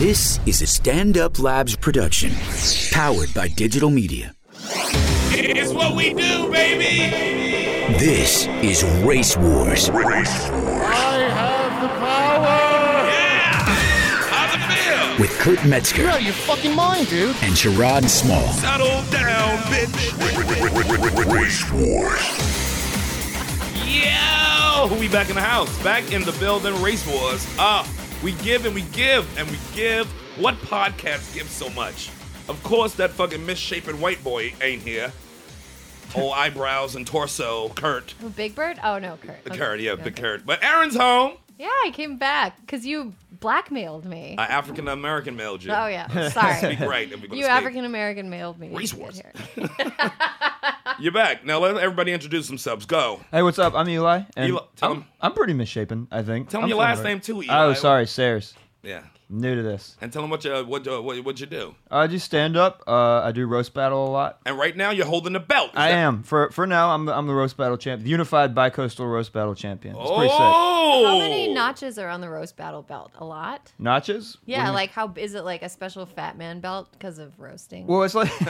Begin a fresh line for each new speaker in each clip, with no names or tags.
This is a Stand Up Labs production, powered by digital media.
It's what we do, baby.
This is Race Wars
How's it feel?
with Kurt Metzger
You're out of your fucking mind, dude.
and Sherrod Small.
Settle down, bitch.
Race Wars.
Yo, we back in the house, back in the building. Race wars. Ah, we give and we give and we give. What podcast gives so much? Of course, that fucking misshapen white boy ain't here. Old eyebrows and torso, Kurt.
Who, Big Bird? Oh no, Kurt.
The
Okay,
Kurt, yeah, the
okay.
Kurt. But Aaron's home.
Yeah, I came back because you blackmailed me.
Uh, African American male, Jew.
oh yeah, sorry.
Speak right. and we gonna
you
speak.
African American mailed me.
Race
to get
wars.
here.
You're back. Now let everybody introduce themselves. Go.
Hey, what's up? I'm Eli, and
Eli- tell
I'm,
him-
I'm pretty misshapen. I think.
Tell
I'm
him your
from
last
Nebraska.
name too, Eli.
Oh, sorry, Sayers.
Yeah.
New to this.
And tell them what you what you- what what you do.
I do stand up. Uh, I do roast battle a lot.
And right now you're holding the belt. Is
I
that-
am for for now. I'm the- I'm the roast battle champ, unified bicoastal roast battle champion. It's pretty sick.
Oh.
How many notches are on the roast battle belt? A lot.
Notches? What do
Yeah,
you-
like how is it like a special fat man belt because of roasting?
Well, it's like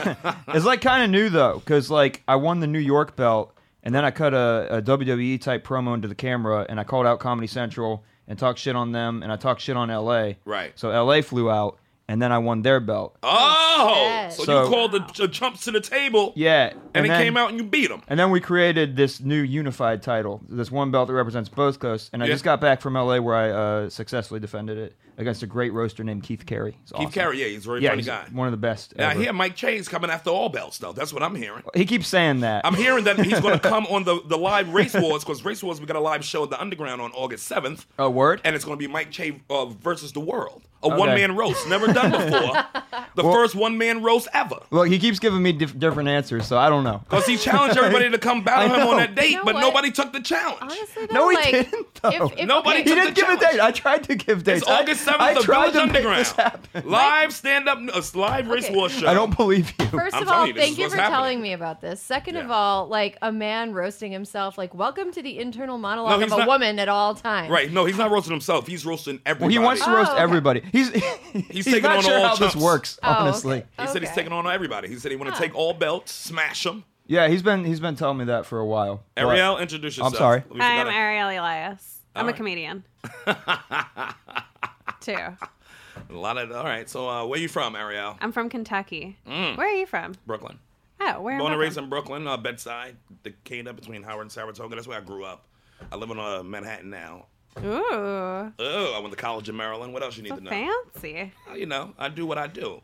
it's like kind of new though, because like I won the New York belt, and then I cut a, a WWE type promo into the camera, and I called out Comedy Central and talked shit on them, and I talked shit on LA.
Right.
So LA flew out, and then I won their belt.
Oh.
Yes.
So, you
So-
called the, the jumps to the table.
Yeah.
And, it
then-
came out and you beat them.
And then we created this new unified title, this one belt that represents both coasts. And I
Yeah.
just got back from LA where I uh, successfully defended it against a great roaster named Keith Carey. He's awesome.
Keith Carey, yeah, he's a very
yeah,
funny
he's
guy.
one of the best.
And I
ever.
hear Mike Chay's coming after all belts though. That's what I'm hearing.
He keeps saying that.
I'm hearing that he's going to come on the, the live Race Wars because Race Wars we got a live show at the Underground on August 7th.
a word.
and it's going to be Mike Che uh, versus the world. A one man roast, never done before. the
Well-
first one man roast ever.
Look, he keeps giving me dif- different answers, so I don't know.
Because he challenged everybody to come battle
I
him on
know.
that date,
You know
but
what?
nobody took the challenge.
Honestly, though,
No, he
like,
didn't, though.
If, if,
Nobody
He
took
didn't
the
give a date.
challenge.
I tried to give dates.
it's
I-
August 7th,
I
the Village
tried to make
Underground.
this happen.
Live stand up, a live race
Okay.
war show.
I don't believe you.
First
I'm
of
telling
all,
you, this is
thank you
what's
for
happening.
telling me about this. Second of
Yeah.
all, like a man roasting himself, like welcome to the internal monologue
he's
of a
not-
woman at all times.
Right, no, he's not roasting himself. He's roasting everybody.
well, he wants to
Oh,
roast
okay.
everybody. He's he's,
taking
not
on
sure
all
how
chumps.
this works,
Oh, okay.
honestly.
he said he's
Okay.
taking on everybody. He said he want to
Huh.
take all belts, smash them.
Yeah, he's been he's been telling me that for a while. but-
Ariel, introduce yourself.
sorry.
We
I'm
forgot-
Ariel Elias. I'm
Alright.
a comedian. Too.
A lot of, all right, so uh, where you from, Ariel?
I'm from Kentucky. Where are you from?
Brooklyn.
Oh, where
Mm. Born
am
and
I
raised
from?
in Brooklyn, uh, Bedside, Decatur, between Howard and Saratoga. That's where I grew up. I live in uh, Manhattan now.
Ooh,
Oh, I went to college in Maryland. What else you need
so
to know?
fancy.
Uh, You know, I do what I do.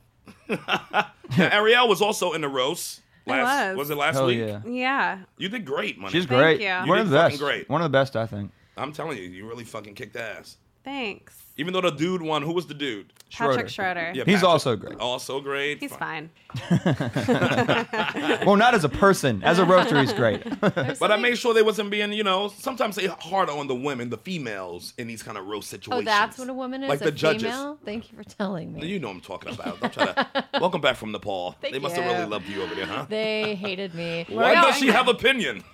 now, Ariel was also in the roast.
I
Last,
was.
it last
Hell
week?
yeah.
Yeah.
You did great, money.
She's
Thank
great.
you. You
One
did
of the best.
fucking great.
One of the best, I think.
I'm telling you, you really fucking kicked ass.
Thanks.
Even though the dude won, who was the dude?
Patrick Schroeder.
Yeah,
He's
Patrick.
also great.
Also great.
He's fine.
Well, not as a person. As a roaster, he's great.
But I made sure they wasn't being, you know, sometimes they hard on the women, the females in these kind of roast
Oh,
situations.
that's what a woman is.
Like
a
the judges.
female? Thank you for telling me.
You know what I'm talking about. I'm trying to, welcome back from Nepal.
Thank
they must
you.
have really loved you over there, huh?
They hated me.
Why
No,
does she
I-
have opinion?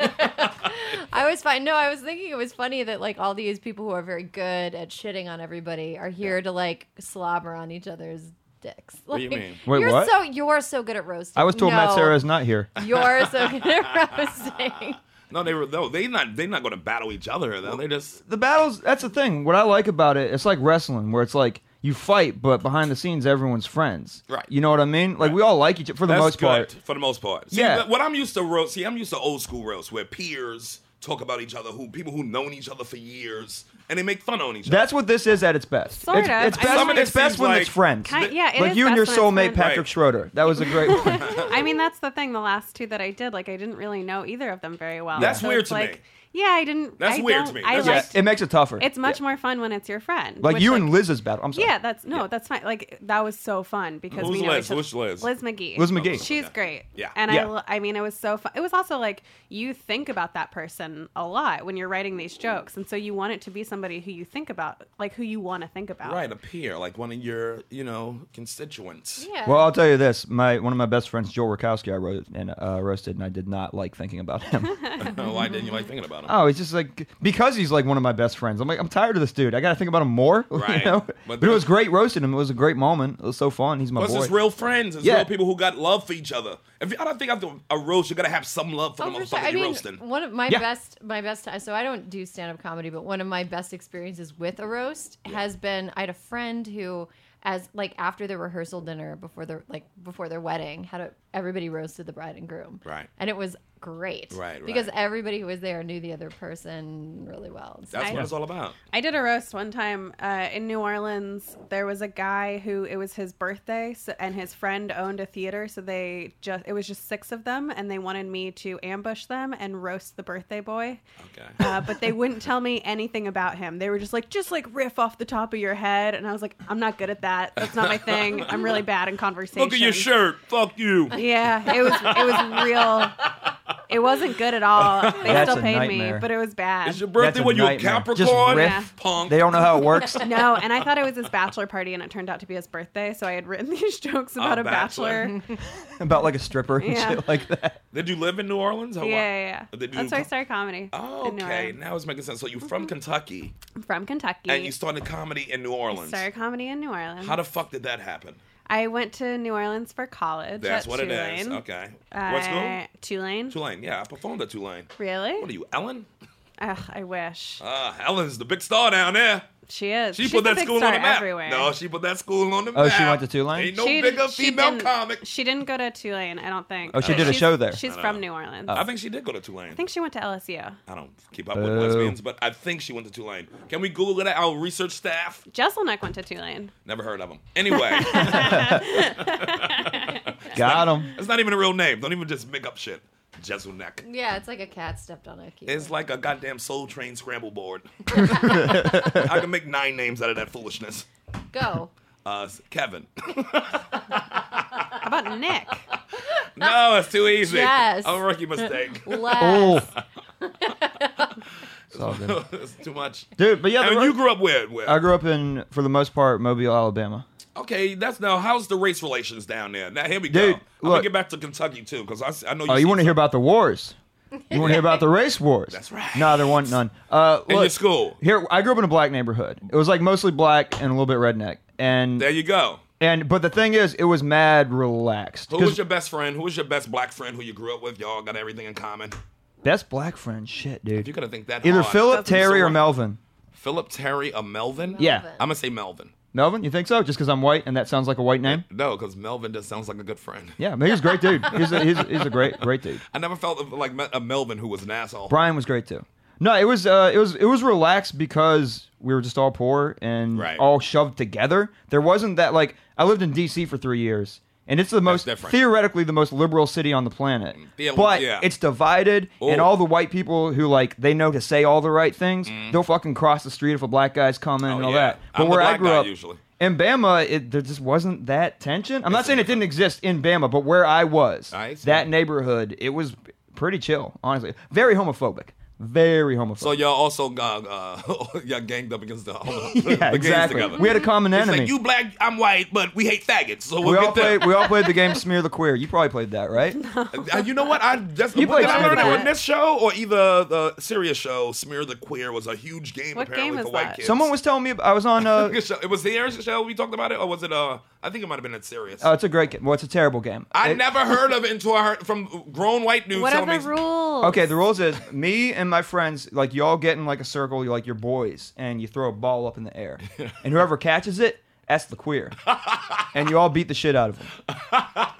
I was fine. No, I was thinking it was funny that like all these people who are very good at shitting on everybody are here to like slobber on each other's dicks. Like,
do you mean?
Wait,
you're
what?
so you're so good at roasting.
I was told Matt
No,
Sarah is not here.
You're so good at roasting.
no, they were. No, they not. They not going to battle each other. Though they just.
The battles, that's the thing. What I like about it, it's like wrestling, where it's like you fight, but behind the scenes, everyone's friends.
Right.
You know what I mean? Like, we all like each other for the
That's
most
good
part.
for the most part. See,
Yeah.
yeah. What I'm used to roast. See, I'm used to old school roast where peers talk about each other, who people who known each other for years, and they make fun on each other.
That's what this is at its best.
Sort
it's,
of.
It's
I
best,
mean-
when- it's best when it's friends.
Kind, yeah, it
like
is
you and your
best when
soulmate
it's friends.
Patrick
Right.
Schroeder. That was a great one.
I mean, that's the thing. The last two that I did, like, I didn't really know either of them very well.
That's
So
weird
it's
to me.
like, Yeah, I didn't.
That's
I
weird to
don't-
me.
I
That's
Yeah,
liked-
it makes it tougher.
It's much more fun when it's your friend.
like
which,
you and Liz's battle. I'm sorry.
Yeah, that's no, that's fine. Like that was so fun because
Who's
we know
Liz?
each other-
Who's Liz?
Liz McGee.
Liz McGee.
She's
Yeah.
great.
Yeah.
And
Yeah.
I, lo- I mean, it was so fun. It was also like you think about that person a lot when you're writing these jokes, and so you want it to be somebody who you think about, like who you want to think about.
right, a peer, like one of your, you know, constituents.
Yeah.
Well, I'll tell you this: my one of my best friends, Joel Rakowski, I wrote and uh, roasted, and I did not like thinking about him.
Why didn't you like thinking about about him.
Oh, he's just like because he's like one of my best friends. I'm like I'm tired of this dude. I got to think about him more. you
Right.
know?
But
But, it
that's-
was great roasting him. It was a great moment. It was so fun. He's my
Plus,
boy.
it's real friends. It's
Yeah.
real people who got love for each other. If you, I don't think after a roast, you gotta have some love for the
Oh, for
motherfucker
sure. I
you're
mean,
roasting.
one of my
Yeah.
best, my best. So I don't do stand up comedy, but one of my best experiences with a roast has been I had a friend who, as like after the rehearsal dinner before their like before their wedding, had a, everybody roasted the bride and groom.
Right.
and it was great.
Right,
because
right.
everybody who was there knew the other person really well. So
That's
I-
what it's all about.
I did a roast one time uh, in New Orleans. There was a guy who it was his birthday, so, and his friend owned a theater, so they just it was just six of them, and they wanted me to ambush them and roast the birthday boy.
Okay.
Uh, but they wouldn't tell me anything about him. They were just like, just like riff off the top of your head, and I was like, I'm not good at that. That's not my thing. I'm really bad in conversation.
Look at your shirt. Fuck you.
Oh, Yeah, it was it was real. It wasn't good at all. They
That's
still
a
paid
nightmare.
me, but it was bad.
It's your
That's
birthday.
a
What you a
nightmare. Just
Capricorn?
riff.
Punk.
They don't know how it works.
No, and I thought it was his bachelor party, and it turned out to be his birthday. So I had written these jokes about a
bachelor.
bachelor.
about like a stripper and
Yeah.
shit like that.
Did you live in New Orleans? Or
Yeah,
what?
yeah, yeah.
Did you
That's where I started comedy.
Oh,
in New
okay.
Orleans. Mm-hmm.
Now it's making sense. So you're from Kentucky
I'm from Kentucky.
and you started comedy in New Orleans.
started comedy in New Orleans.
How the fuck did that happen?
I went to New Orleans for college.
That's
at
what
Tulane.
it is. Okay. what
Uh,
school?
Tulane.
Tulane. Yeah, I performed at Tulane.
Really?
What are you, Ellen?
Ugh, I wish
Ah, Ellen's the big star down there.
she is.
She
She's
put
a
that
big
school
star
on the map.
Everywhere.
No, she put that school on the map.
Oh, she went to Tulane?
Ain't no
She-
bigger
she
female
didn't-
comic.
She didn't go to Tulane, I don't think.
Oh, she
But
did a
she's-
show there.
She's from New Orleans.
I think she did go to Tulane.
I think she went to LSU.
I don't keep up with
Oh. Boo.
lesbians, but I think she went to Tulane. Can we Google that? Our research staff
Jesselneck went to Tulane.
never heard of them. Anyway,
Got him.
it's not even a real name. Don't even just make up shit. Jezelneck.
yeah, it's like a cat stepped on a keyboard.
It's like a goddamn Soul Train scramble board. I can make nine names out of that foolishness.
Go.
Uh, s- Kevin.
How about Nick?
No, it's too easy.
Yes.
A rookie mistake.
Oh.
Last.
It's all good.
it's too much.
Dude, but yeah, the
And
ro-
you grew up where? where?
I grew up in, for the most part, Mobile, Alabama.
Okay, that's now. How's the race relations down there? Now here we
Dude,
go. I'm gonna
look.
get back to Kentucky too, because I, s- I know you.
Oh, you
see
want to
some-
hear about the wars? You want to hear about the race wars?
That's right.
No, there weren't none. Uh,
In
look,
your school.
Here, I grew up in a black neighborhood. It was like mostly black and a little bit redneck. And
There you go.
and but the thing is, it was mad relaxed.
Who
'Cause
was your best friend? Who was your best black friend? Who you grew up with? Y'all got everything in common.
best black friend? Shit, dude.
If you're gonna think that
Either
hard,
Philip Terry or
someone-
Melvin.
Philip Terry or Melvin.
Yeah,
Melvin.
I'm gonna say Melvin.
Melvin. You think so? Just because I'm white and that sounds like a white name?
No, because Melvin just sounds like a good friend.
Yeah, man, he was a great dude. He's a, he's, a- he's a great great dude.
I never felt like met a Melvin who was an asshole.
Brian was great too. No, it was uh, it was it was relaxed because we were just all poor and
Right.
all shoved together. There wasn't that like I lived in D.C. for three years, and it's the most
different. Mm.
theoretically the most liberal city on the planet.
Yeah,
but
yeah.
it's divided, and
Ooh.
all the white people who like they know to say all the right things, they'll fucking cross the street if a black guy's coming and
Mm. Oh,
all
yeah.
that. But
I'm the
where I
black
grew
guy
up,
usually.
in Bama, it, there just wasn't that tension. I'm not saying it didn't exist in Bama, but where I was,
I see.
that neighborhood, it was pretty chill, honestly. Very homophobic. Very homophobic.
So y'all also got uh, y'all ganged up against the, all the, the
yeah,
gangs
exactly.
together.
We had a common
it's
enemy.
like you black, I'm white, but we hate faggots. So we'll
we all
get there.
played. We all played the game Smear the Queer. You probably played that, right?
Uh, you know what? I just
You
what did
played
I learn
Smear the
on
Queer.
this show or either the serious show, Smear the Queer was a huge game
What
apparently
game
for
is
white
that?
kids.
Someone was telling me ab- I was on. Uh,
Good show. It was the Aaron show we talked about it, or was it? Uh, I think it might have been at Sirius.
oh, it's a great game. Well, it's a terrible game.
I
It-
never heard of it until I heard from grown white dudes
Whatever
telling me.
rules.
Okay, the rules is me and my friends, like y'all get in like a circle, you like your boys, and you throw a ball up in the air, and whoever catches it, that's the queer, and you all beat the shit out of them.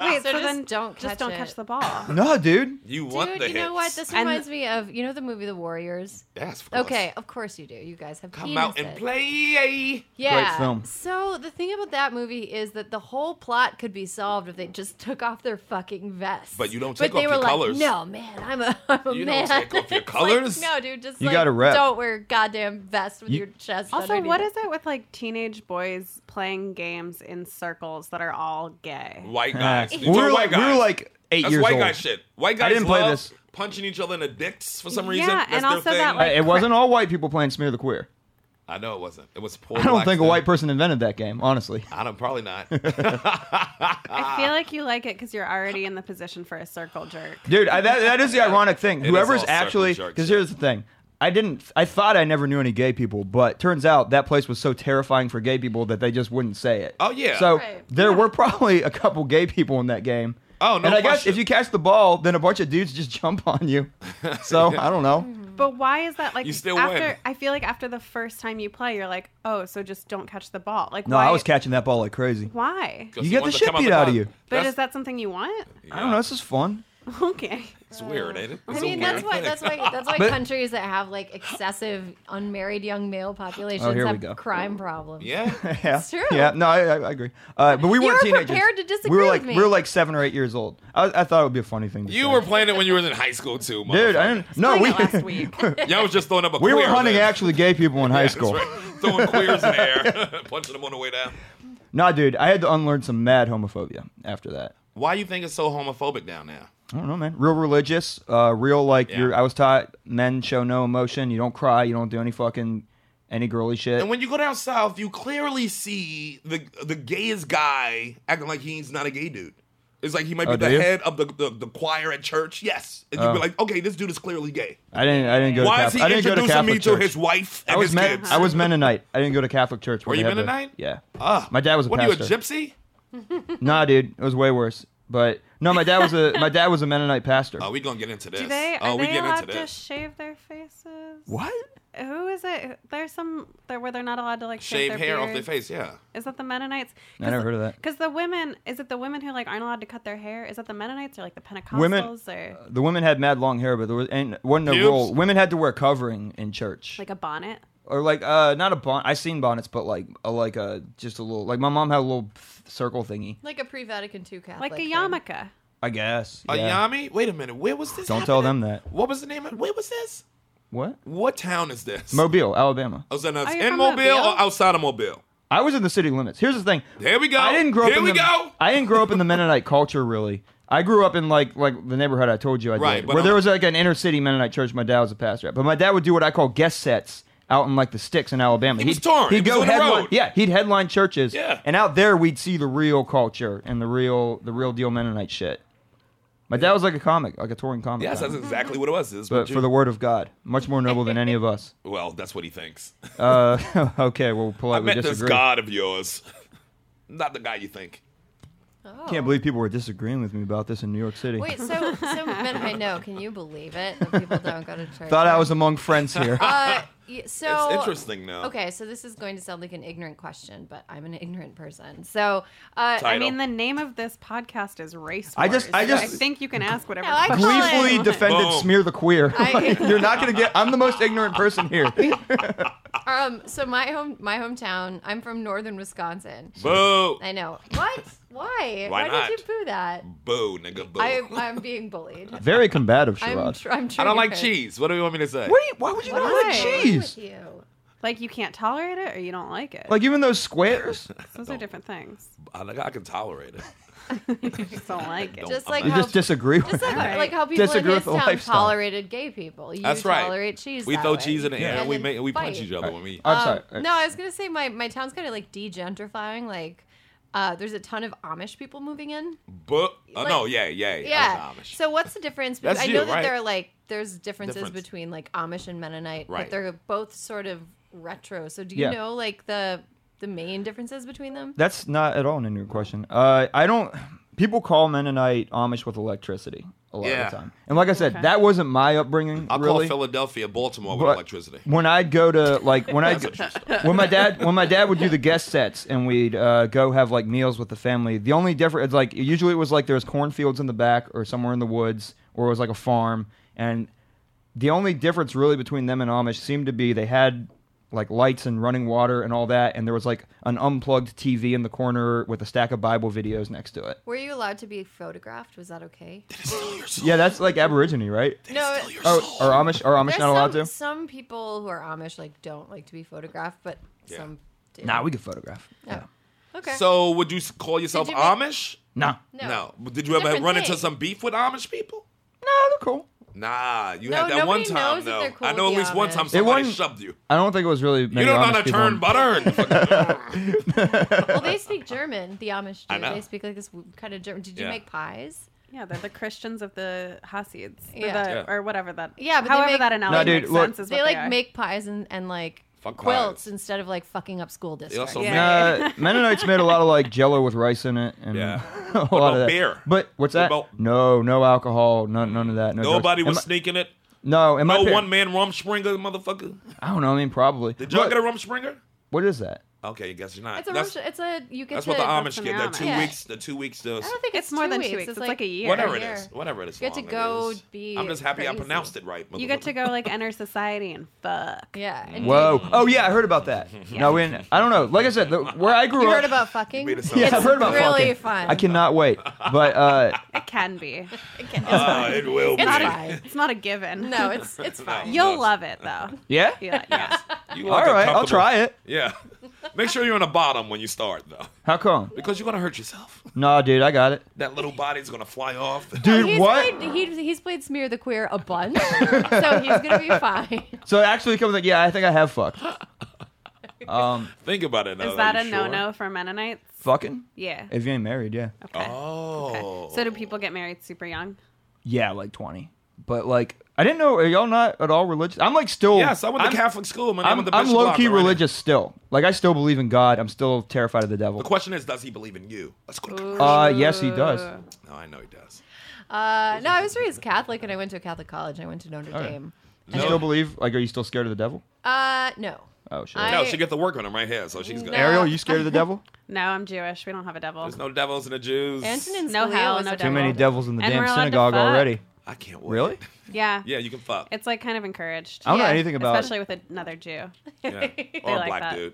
Wait,
So
so,
just
then
don't
just
catch
don't
it.
catch the ball.
No, dude.
You want
Dude,
the
you know what?
hits.
This
And-
reminds me of you know the movie The Warriors.
Yes, of course.
Okay, of course you do. You guys have
Come out and
penises.
play.
Yeah.
film.
So the thing about that movie is that the whole plot could be solved if they just took off their fucking vests.
But you don't take
but they
off
were
your
like,
colors.
No, man, I'm a, I'm a
You don't
man.
take off your
It's like,
colors.
no, dude, just
You
like,
gotta rep.
don't wear goddamn vest with
You-
your chest.
Also,
underneath
what
it.
is it with like teenage boys playing games in circles that are all gay?
White guys.
we
You know white
were like we were
guys.
like eight
That's
years
white
old.
guy shit. White guys
didn't play
love
this.
punching each other in the dicks for some
Yeah,
reason. That's
and
their
also
thing.
that,
Hey,
like-
It wasn't all white people playing Smear the Queer.
I know it wasn't. It was poor.
I don't
blacks
think a
then.
white person invented that game, honestly.
I don't probably not. Ah.
I feel like you like it because you're already in the position for a circle jerk.
Dude, I, that, that is the ironic thing.
is
Whoever's
all circle
actually
jerk
because
shit.
here's the thing. I didn't. I thought I never knew any gay people, but turns out that place was so terrifying for gay people that they just wouldn't say it.
Oh, yeah.
So
Right.
there were probably a couple gay people in that game.
Oh, no
And I guess
question.
if you catch the ball, then a bunch of dudes just jump on you. So I don't know.
Mm-hmm.
But why is that like
You still
after
win.
I feel like after the first time you play you're like, "Oh, so just don't catch the ball." Like
No,
why
I was catching that ball like crazy.
Why?
You get the shit beat out of you.
But is that something you want?
I don't know. This is fun.
Okay.
It's weird, ain't it? It's
I
a
mean,
weird
that's why
thing.
that's why that's why
But-
countries that have like excessive unmarried young male populations
Oh, here we
have
go.
crime problems.
Yeah.
Yeah.
It's true.
Yeah. No, I, I, I agree. Uh, but we
You
weren't
were
teenagers.
prepared to
We
disagree
were
with
like
me.
we were like seven or eight years old. I, I thought it would be a funny thing. To
You
say.
were playing it when you was in high school too,
dude. I
motherfucker.
didn't. No, we
Playing it last week.
Y'all was just throwing up a
we were
queer
hunting
then.
actually gay people in high
That's
school.
right. Throwing queers in the air, punching them on the way down.
Nah, dude, I had to unlearn some mad homophobia after that.
Why you think it's so homophobic down there?
I don't know, man. Real religious, uh, real like
Yeah.
you're. I was taught men show no emotion. You don't cry. You don't do any fucking any girly shit.
And when you go down south, you clearly see the the gayest guy acting like he's not a gay dude. It's like he might be
Oh, do
the
you?
head of the, the, the choir at church. Yes, and you'd be like, okay, this dude is clearly gay.
I didn't. I didn't go.
Why
to
is
Catholic,
he
I didn't go to
introducing
Catholic
me
church.
to his wife and
I was
his
men,
kids?
I was Mennonite. I didn't go to Catholic church.
Were
where
you
they had the-
Mennonite?
yeah.
Ah,
my dad was a
what
pastor.
are you a gypsy?
Nah, dude, it was way worse. But no, my dad was a my dad was a Mennonite pastor.
Oh, we gonna get into this.
Do they are
oh, we
they
get
allowed
into
to
this.
shave their faces?
what?
Who is it? There's some there where they're not allowed to like shave,
Shave
their
hair off
beard.
their face. Yeah.
Is that the Mennonites?
I never heard of that.
Because the women, is it the women who like aren't allowed to cut their hair? Is that the Mennonites or like the Pentecostals?
Women-
or
The women had mad long hair, but there was and wasn't a
Pubes?
rule. Women had to wear covering in church,
like a bonnet?
or like uh, not a bonnet. I seen bonnets, but like a, like a just a little like my mom had a little circle thingy.
Like a pre-Vatican II Catholic.
Like, a
thing.
yarmulke.
I guess.
A
yeah.
Yami? Wait a minute. Where was this?
Don't tell
happening?
them that.
What was the name of? Where was this?
What?
What town is this? Oh,
Mobile, Alabama.
I was in,
you
in
from
Mobile
Mobile?
or outside of Mobile?
I was in the city limits. Here's the thing.
There we go.
I didn't grow up.
Here
in
we
the,
go.
I didn't grow up in the Mennonite culture really. I grew up in like like the neighborhood I told you I
Right,
did,
but
where there
I'm-
was like an inner city Mennonite church. My dad was a pastor at, but my dad would do what I call guest sets out in like the sticks in Alabama.
He was touring. He was on the
headline,
road.
yeah, he'd headline churches,
Yeah.
and out there we'd see the real culture and the real the real deal Mennonite shit. My dad was like a comic, like a touring comic.
Yes,
comic.
that's exactly what it was. This is
but
what
for
you-
the word of God, much more noble than any of us.
well, that's what he thinks.
Uh, okay, well,
I
politely
met this
disagree.
god of yours, not the guy you think.
Oh.
Can't believe people were disagreeing with me about this in New York City.
Wait, so so men, I know. Can you believe it? That people don't go to church.
Thought I was among friends here.
Uh, y- so
it's interesting now.
Okay, so this is going to sound like an ignorant question, but I'm an ignorant person. So uh,
Title.
I mean, the name of this podcast is Race Wars.
I just- I
so
just-
think you can ask whatever
No, I
question you
gleefully
want.
defended
Boom.
smear the queer.
I-
Like, you're not gonna get. I'm the most ignorant person here.
um, so my home, my hometown. I'm from northern Wisconsin.
Boo,
I know. What? Why?
Why
did
not?
you boo that?
boo, nigga, boo.
I,
I,
I'm being bullied.
Very combative,
I'm,
Sherrod.
tr- I'm
don't like
triggered.
cheese. What do you want me to say?
What do you- why would you
What
not
is
like
wrong
cheese?
with you?
Like you can't tolerate it or you don't like it.
Like even those squares.
Oh.
Those are different things.
I, think Ah, I can tolerate it.
You just don't like it.
Don't-
Just
Oh, I'm
like
You
not-
how,
just disagree with.
just like,
it.
Alright.
like how people
Disagree
in
with
his
the
town
lifestyle.
tolerated gay people. You
That's right.
tolerate cheese.
We
that
throw
way.
cheese in the air.
And
we
then
make we punch
fight.
each other when we.
I'm
Um,
sorry. All right.
No, I was gonna say my my town's kind of like degentrifying. Like, uh, there's a ton of Amish people moving in.
boo. Oh
like-
no, yeah, yeah, yeah.
Yeah.
I was Amish.
So what's the difference?
That's
I
you,
know that
right?
there are like there's differences
Difference.
between like Amish and Mennonite,
Right.
but they're both sort of retro. So do you
Yeah.
know like the the main differences between them?
That's not at all an ignorant question. Uh, I don't. People call Mennonite Amish with electricity a lot
Yeah.
of the time. And like I said, that wasn't my upbringing.
I'll
really.
call Philadelphia, Baltimore with
But
electricity.
When I'd go to like when I when my dad when my dad would do the guest sets and we'd uh, go have like meals with the family. The only difference it's like usually it was like there was cornfields in the back or somewhere in the woods or it was like a farm and the only difference really between them and Amish seemed to be they had like lights and running water and all that and there was like an unplugged TV in the corner with a stack of Bible videos next to it.
Were you allowed to be photographed? Was that okay?
Yeah, that's like Aborigine, right?
No.
Oh, are Amish are Amish
There's
not allowed
some,
to?
some people who are Amish like don't like to be photographed, but
Yeah.
some do.
Nah, we could photograph.
Yeah. Okay.
So would you s- call yourself
you make-
Amish?
Nah.
No.
But Did you ever
Different
run
thing.
into some beef with Amish people?
No, they're cool.
Nah, you
No,
had that one
nobody
time
knows if
though.
they're cool
I know at
with the
least one time
Amish. It
somebody
wasn't-
shoved you.
I don't think it was really.
You
many
don't know
Amish
how to
people
turn
in-
butter.
well, they speak German. The Amish do.
I know.
They speak like this kind of German. Did you
Yeah.
make pies?
Yeah, they're the Christians of the Hasids, or,
Yeah.
the-
Yeah.
or whatever that.
Yeah, but they
however
make-
that
No,
analogy
dude,
makes
look-
sense is what
they like
are.
make pies and, and like
Fuck
quilts
pies.
instead of like fucking up school
They
districts.
also
Yeah.
make
Uh, Mennonites made a lot of like Jello with rice in it, and
Yeah.
a lot
What about
of that.
beer?
But what's
What
that?
about-
no, no alcohol, none, none of that. No drugs.
nobody
And
was
my-
sneaking it.
No, and my
No
par-
one man rum springer, motherfucker.
I don't know. I mean, probably.
Did y'all
Look,
get a rum springer?
What is that?
Okay, I guess you're not.
It's a
that's
it's a you get
that's
to,
what the Amish
an
get. That
Amish.
two
Yeah.
weeks, the two weeks, the
I don't think
It's
it's,
more than two
weeks.
weeks. It's like a year.
whatever it
year.
is, whatever it is.
You get to
long
go
it is.
be
I'm just happy I
crazy.
pronounced it right.
You get to
motherfucker.
go like enter society and fuck.
Yeah. and
Whoa! Oh yeah, I heard about that. No, we didn't- I don't know. Like I said, the, where I grew
You
up,
heard about fucking?
made it sound
yeah,
It's
I've heard about
really
fucking.
fun.
I cannot wait. But uh,
It can be.
Ah, it will be.
It's fine.
It's not a given.
No, it's it's fine.
You'll love it though.
yeah,
Yeah, yeah.
You
all
like a
right, I'll
comfortable-
try it.
Yeah. Make sure you're on the bottom when you start, though,
How come?
because you're gonna hurt yourself.
Nah, dude, I got it.
That little body's gonna fly off.
Dude,
Oh, he's
what?
Played, he, he's played Smear the Queer a bunch, so he's gonna be fine.
So it actually comes like, yeah, I think I have fucked.
Think about it. Now,
Is that
you
a
sure?
no-no for Mennonites?
Fucking?
Yeah.
If you ain't married, yeah.
Okay.
Oh.
Okay. So do people get married super young?
Yeah, like 20. But like, I didn't know, are y'all not at all religious? I'm like still.
Yes, I went to
I'm-
Catholic school, man. I'm,
I'm,
with the
I'm
Bishop
low key
Locker right now.
religious still. Like, I still believe in God. I'm still terrified of the devil.
The question is, does he believe in you? Let's go. To
Uh, yes, he does.
no, I know he does.
Uh, no, I was raised Catholic and I went to a Catholic college. and I went to
Oh,
Notre Dame.
You still believe? Like, are you still scared of the devil?
Uh, no.
Oh, shit.
I-
No, she gets the work on him right here, so she's good.
No.
Ariel, you scared of the devil?
No, I'm Jewish. We don't have a devil.
There's no devils in the Jews.
Antonin
No
Scalia
hell,
was
no
a
devil.
Too many devils in the
And
damn
we're allowed to
synagogue
fuck.
already.
I can't wait.
Really?
Yeah.
Yeah, you can fuck.
It's like kind of encouraged.
I don't know
Yeah.
anything about
Especially with another Jew.
Yeah. Or a
like
black
that.
dude.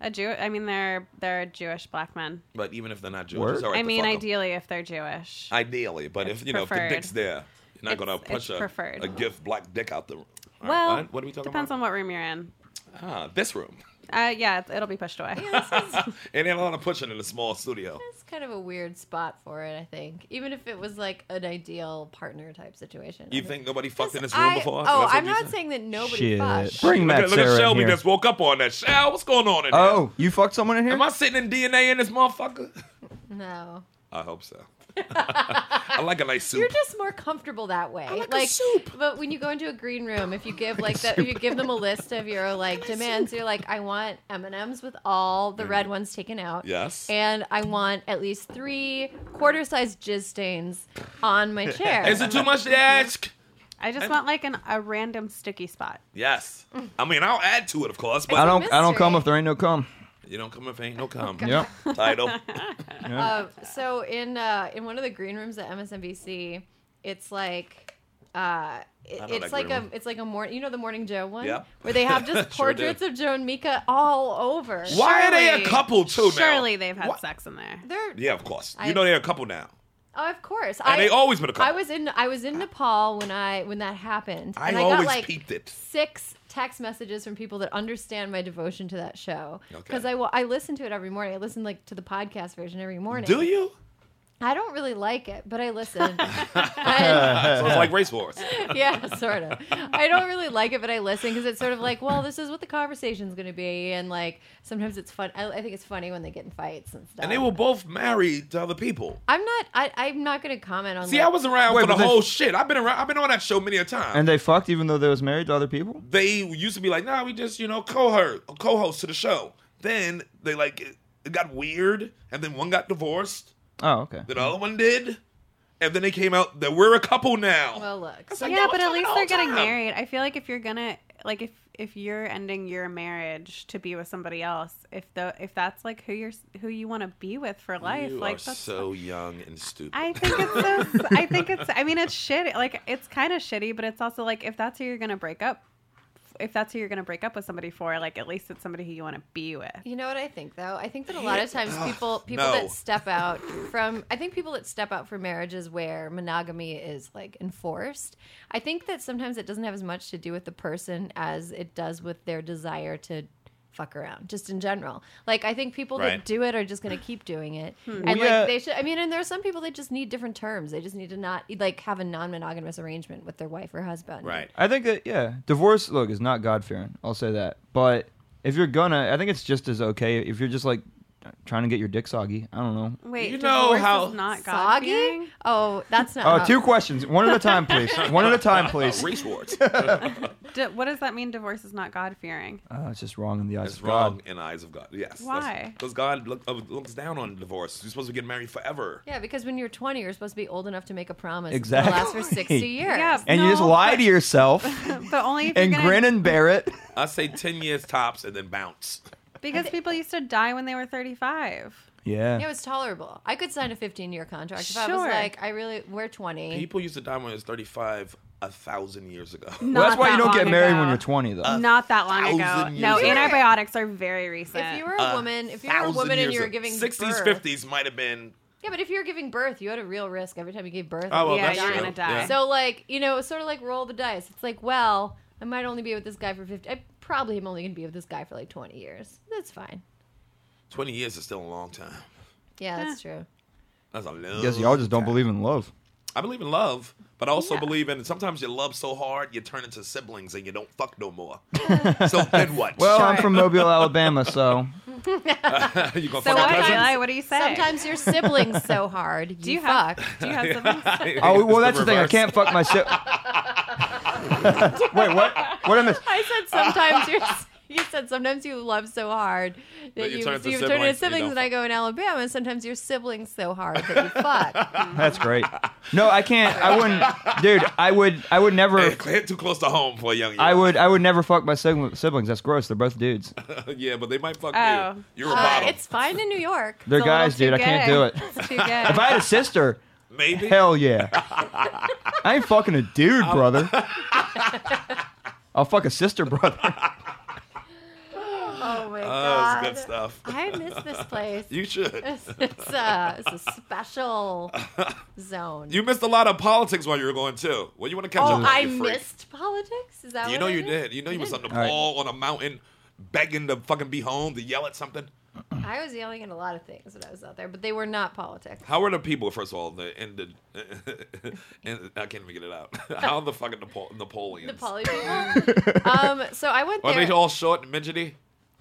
A Jew. I mean, they're they're Jewish black men.
But even if they're not Jewish,
Word?
it's all right
I
to
mean,
fuck 'em.
ideally, if they're Jewish.
Ideally, but if you know if
preferred.
the dick's there, you're not
It's-
gonna
it's
push a,
preferred.
a gift black dick out the room. All right,
well,
what? What are we talking
depends
about?
on what room you're in.
ah, this room.
Uh, yeah, it- it'll be pushed away.
And then a lot of pushing in a small studio.
It's kind of a weird spot for it, I think. Even if it was like an ideal partner type situation.
You
I
think nobody fucked in this room
I-
before?
Oh,
That's what
I'm
you
not
said?
saying that nobody
Shit.
fucked.
Bring
Look
Matt
at, look at
Sarah in
Shelby
here.
just woke up on that. Shell, what's going on in here?
Oh, you fucked someone in here?
Am I sitting in DNA in this motherfucker?
No.
I hope so. I like a nice soup.
You're just more comfortable that way.
like a soup.
But when you go into a green room, if you give like the, if you give them a list of your like demands, you're like, I want M and M's with all the red ones taken out.
Mm. Yes.
And I want at least three quarter-sized jizz stains on my chair.
Is it too much to ask?
I just want like an, a random sticky spot.
Yes. I mean, I'll add to it, of course, but
I don't. I don't
mystery.
come if there ain't no come.
you don't come if ain't no
Oh,
come.
Yep.
Title.
Uh, so in uh, in one of the green rooms at MSNBC, it's like uh, it-
I know that
it's like
green
a
room.
it's like a morning. You know the morning Joe one,
Yep.
where they have just
Sure do.
portraits of Joe and Mika all over.
Why are they a
Surely-
couple too now?
Surely they've had
What?
sex in there.
They're
Yeah, of course.
I-
you know they're a couple now.
oh, of course.
And they always been a couple.
I was in I was in Nepal when I when that happened.
I
and I
always
got like
peeped it.
six text messages from people that understand my devotion to that show
Okay.
because I wa- I listen to it every morning. I listen like to the podcast version every morning.
Do you?
I don't really like it, but I listen. And-
So it's like race wars.
yeah, sort of. I don't really like it, but I listen because it's sort of like, well, this is what the conversation's going to be, and like sometimes it's fun. I, I think it's funny when they get in fights and stuff.
And they were both married to other people.
I'm not. I, I'm not going to comment on.
See,
like-
I was around
Wait,
for the
but they-
whole shit. I've been around. I've been on that show many a time.
And they fucked even though they was married to other people.
they used to be like, nah, we just you know co-host, co-host to the show. Then they like it, it got weird, and then one got divorced,
Oh, okay.
then the other one did, and then they came out that we're a couple now.
Well, look.
It's like,
yeah,
y'all
but
fucking
at least
all
they're getting
time.
married. I feel like if you're gonna like if if you're ending your marriage to be with somebody else, if the if that's like who you're who you want to be with for life,
You
like
are
that's
so young and stupid.
I think it's so. I think it's. I mean, it's shitty. Like it's kind of shitty, but it's also like if that's who you're gonna break up, if that's who you're gonna break up with somebody for, like at least it's somebody who you want to be with.
You know what I think though? I think that a lot of times people people
no.
that step out from I think people that step out for marriages where monogamy is like enforced. I think that sometimes it doesn't have as much to do with the person as it does with their desire to fuck around just in general. Like I think people
Right.
that do it are just going to keep doing it. And
Well, yeah.
like they should I mean and there are some people that just need different terms. They just need to not like have a non-monogamous arrangement with their wife or husband.
right.
I think that yeah, divorce look is not God fearing. I'll say that. But if you're gonna, I think it's just as okay if you're just like trying to get your dick soggy. I don't know. Uh,
Wait,
You know
divorce
how-
is not God
Soggy?
fearing?
Oh, that's not.
Uh,
how-
two questions, one at a time, please. One at a time, please.
Race wars.
D- what does that mean? Divorce is not God fearing.
Uh, it's just wrong in the eyes
It's
of
wrong
God.
in the eyes of God. Yes.
Why?
Because God look, uh, looks down on divorce. You're supposed to get married forever.
Yeah, because when you're 20, you're supposed to be old enough to make a promise.
Exactly.
It'll last for 60 years.
Yeah,
And you just
No,
lie to yourself
But only if you're
and
gonna,
grin and bear it.
I say 10 years tops and then bounce.
because people used to die when they were 35.
Yeah.
It was tolerable. I could sign a 15 year contract if I was
Sure.
like, I really, we're 20.
People used to die when it was 35 a thousand years ago.
No.
well, that's
Not
why
that
you don't get
long
married when
ago.
you're 20, though.
Uh,
not that long ago.
thousand
No,
years ago.
antibiotics are very recent.
if you were a woman, if you were a
Thousand
woman and
years
you were
ago.
giving
60s,
birth,
50s might have been.
yeah, but if you were giving birth, you had a real risk every time you gave birth.
Oh, well,
Yeah,
that's
you're
true.
gonna die.
Yeah.
So like, you know, it's sort of like roll the dice. It's like, well, I might only be with this guy for 50. I probably am only going to be with this guy for like 20 years. That's fine.
20 years is still a long time.
Yeah, that's true.
That's a long
Guess y'all just don't
time.
believe in love.
I believe in love, but I also
Yeah.
believe in sometimes you love so hard you turn into siblings and you don't fuck no more. so then what?
Well, I'm
Sure.
from Mobile, Alabama, so
you gonna
so
fuck
what,
your cousin?
Eli, what do you say?
Sometimes your siblings so hard, you,
do you
fuck.
have do you have siblings?
Oh
It's
well, that's the thing. I
reverse.
can't fuck my si- Wait, what? What I miss?
I said sometimes you're. You said sometimes you love so hard that,
That you
you, you
turn into
turn into
siblings, you
siblings,
don't
and I go in Alabama. Sometimes your siblings so hard that you fuck. Uh,
That's great. No, I can't. I wouldn't, dude. I would. I would never.
Hey, hit too close to home for a young.
I
Eli.
would. I would never fuck my sibling- siblings. That's gross. They're both dudes.
yeah, but they might fuck
Oh.
you. You're a
Uh,
bottom.
it's fine in New York.
They're
It's a
guys, dude.
little
I
too
can't
gay.
do it.
It's too gay.
If I had a sister,
Maybe.
hell yeah. I ain't fucking a dude, brother. I'll fuck a sister, brother.
Oh my
Oh,
god,
it's good stuff.
I miss this place.
You should.
it's, it's a, it's a special zone.
You missed a lot of politics while you were going too. Well, you want to catch up?
oh,
on,
I
you freak.
missed politics. Is that
You
what
know
I
you did. You know you was on the
right.
pole on a mountain, begging to fucking be home to yell at something.
I was yelling at a lot of things when I was out there, but they were not politics.
How are the people? First of all, the and the and I can't even get it out. How are the fucking Napo- Napoleons?
The poly people. um, so I went
are
there.
they all short and midgety?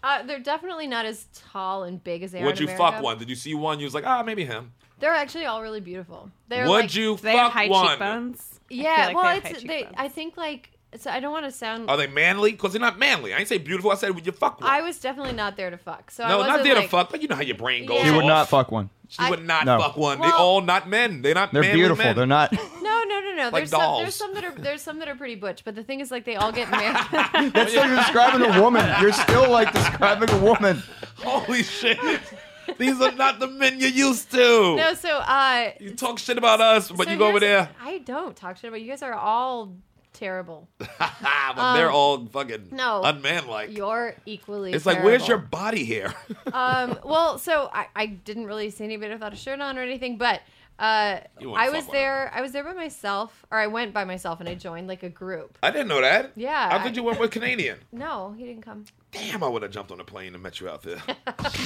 Uh, they're definitely not as tall and big as they are.
Would
in
you
America.
fuck one? Did you see one? You was like, ah, maybe him.
They're actually all really beautiful. They're
Would
like,
you
Do they have
fuck
high
one?
cheekbones? I feel
Yeah,
like
well,
they have high
it's they,
cheekbones.
I think like so. I don't want to sound.
Are they manly? Because they're not manly. I ain't say beautiful. I said would you fuck one?
I was definitely not there to fuck. So I
no,
wasn't
not there
like,
to fuck. But you know how your brain goes.
Yeah.
He would
off.
not fuck one.
She would not
No.
fuck one. they
Well-
all not men. They're not.
They're
manly
beautiful.
Men.
They're not.
No, no, no, no.
Like
there's some.
dolls.
There's some that are. There's some that are pretty butch. But the thing is, like, they all get married.
That's still you're describing a woman. You're still like describing a woman.
Holy shit! These are not the men you're used to.
no, so uh,
You talk shit about us, but
so
you go over
here's-
there.
I don't talk shit about you guys. Are all terrible.
Ah, but they're all fucking
Um, no.
unmanlike.
You're equally.
It's like, where's
terrible.
your body hair?
um, well, so I, I didn't really see anybody without a shirt on or anything, but uh,
You wouldn't
I
fuck
was
one of
there. I was there by myself, or I went by myself, and I joined like a group.
I didn't know that.
Yeah,
I thought
I-
you went with Canadian.
No, he didn't come.
Damn, I would have jumped on a plane and met you out there.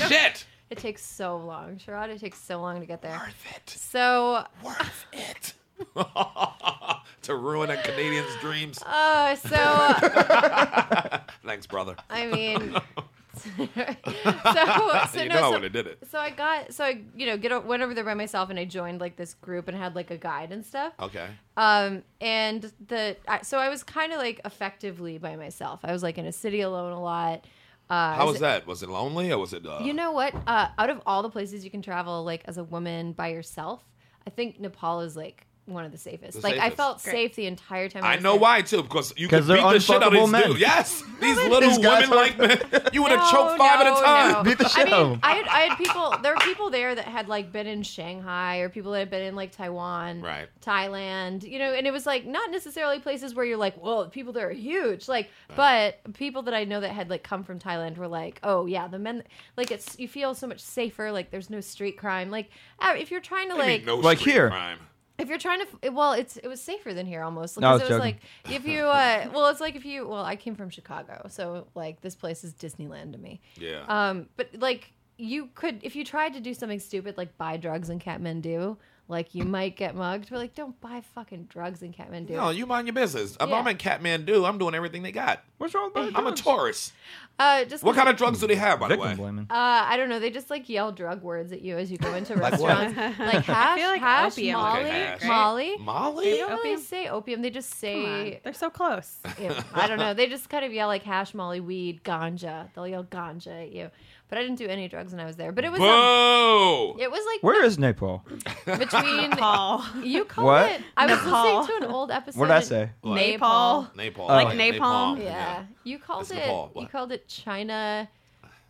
shit.
It takes so long, Sherrod. It takes so long to get there.
Worth it.
So,
Worth it. to ruin a Canadian's dreams.
uh, so
Thanks, brother.
I mean, so, so
you
no,
know I
so-
would have did it.
so I got so I you know get o- went over there by myself and I joined like this group and had like a guide and stuff.
Okay.
Um, and the I, so I was kind of like effectively by myself. I was like in a city alone a lot. Uh,
How
is
was that? Was it lonely or was it? Uh,
it- You know what? Uh, out of all the places you can travel, like as a woman by yourself, I think Nepal is like one of the safest.
The
like I
safest.
felt
Great.
safe the entire time.
I
was
know
there.
why too, because you can
'Cause they're
beat the shit out of
unfuckable
these
men.
dudes. Yes, these little
These guys
women like men. You would have
No,
choked five
no,
at a time.
no.
Beat the shit
I
out
mean,
of 'em.
I had, I had people. There were people there that had like been in Shanghai or people that had been in like Taiwan,
Right.
Thailand, you know. And it was like not necessarily places where you're like, whoa, the people there are huge. Like, but people that I know that had like come from Thailand were like, oh yeah, the men. Like, it's you feel so much safer. Like, there's no street crime. Like, uh, if you're trying to
What do you
like
mean, no
Like
street
here.
crime?
if you're trying to f- well it's it was safer than here almost
No, I was
because it was
joking.
like if you uh well it's like if you well i came from chicago so like this place is disneyland to me
Yeah.
um but like you could if you tried to do something stupid like buy drugs in Kathmandu, like you might get mugged. But like, don't buy fucking drugs in Kathmandu.
No, you mind your business. If
Yeah.
I'm in Kathmandu, I'm doing everything they got.
What's wrong with
I'm a tourist.
uh, just
What kind of drugs do they have, by the
Victim
way?
blaming.
Uh, I don't know. They just like yell drug words at you as you go into
Like what?
restaurants, like hash,
feel like
hash,
opium would
Molly,
be hash.
Molly. They
Molly?
don't really
Opium?
say opium. They just
Come on,
say
They're so close.
Yeah, I don't know. They just kind of yell like hash, Molly, weed, ganja. They'll yell ganja at you. But I didn't do any drugs when I was there. But it was um,
Whoa!
it was like
Where is Nepal?
between
Paul.
you called
What?
it. I was
Nepal.
listening to an old episode.
What did I
in
say?
Nepal.
Napalm.
Like
napalm?
Yeah. you called
It's
it.
Nepal.
You
What?
called it China.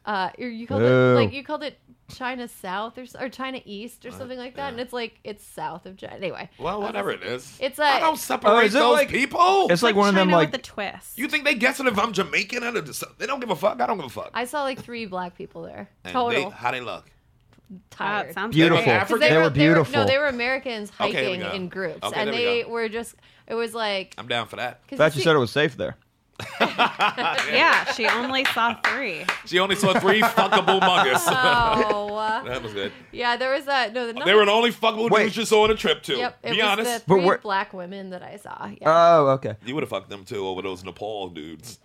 Uh, or you called
Boo.
it like you called it China South or s- or China East or something like that, and it's like it's south of China. Anyway,
Well, whatever it is.
It's
I
a-
don't separate
Oh, is it
those
like-
people.
It's like, one of them
China
like
with a twist.
you think they guessing if I'm Jamaican or the- they don't give a fuck? I don't give a fuck.
I saw like three black people there.
And they-
Total
how they look?
Wow,
tired.
it sounds
beautiful.
They were
They
African?
were,
'Cause they were- they were-
beautiful.
no, they were Americans
Okay, there we
hiking
go.
in groups,
Okay,
and
there we
they
go.
were just. It was like.
I'm down for that.
'cause
Thought
you
you
see-
said it was safe there.
Yeah, she only saw three.
She only saw three fuckable muggers.
Oh,
that was good.
yeah. There was that. No, the number.
They were the only fuckable
Wait.
dudes you saw on a trip too.
Yep. It
Be
was
honest.
the
But
three
where-
black women that I saw. Yeah.
Oh, okay.
You would have fucked them too over those Nepal dudes.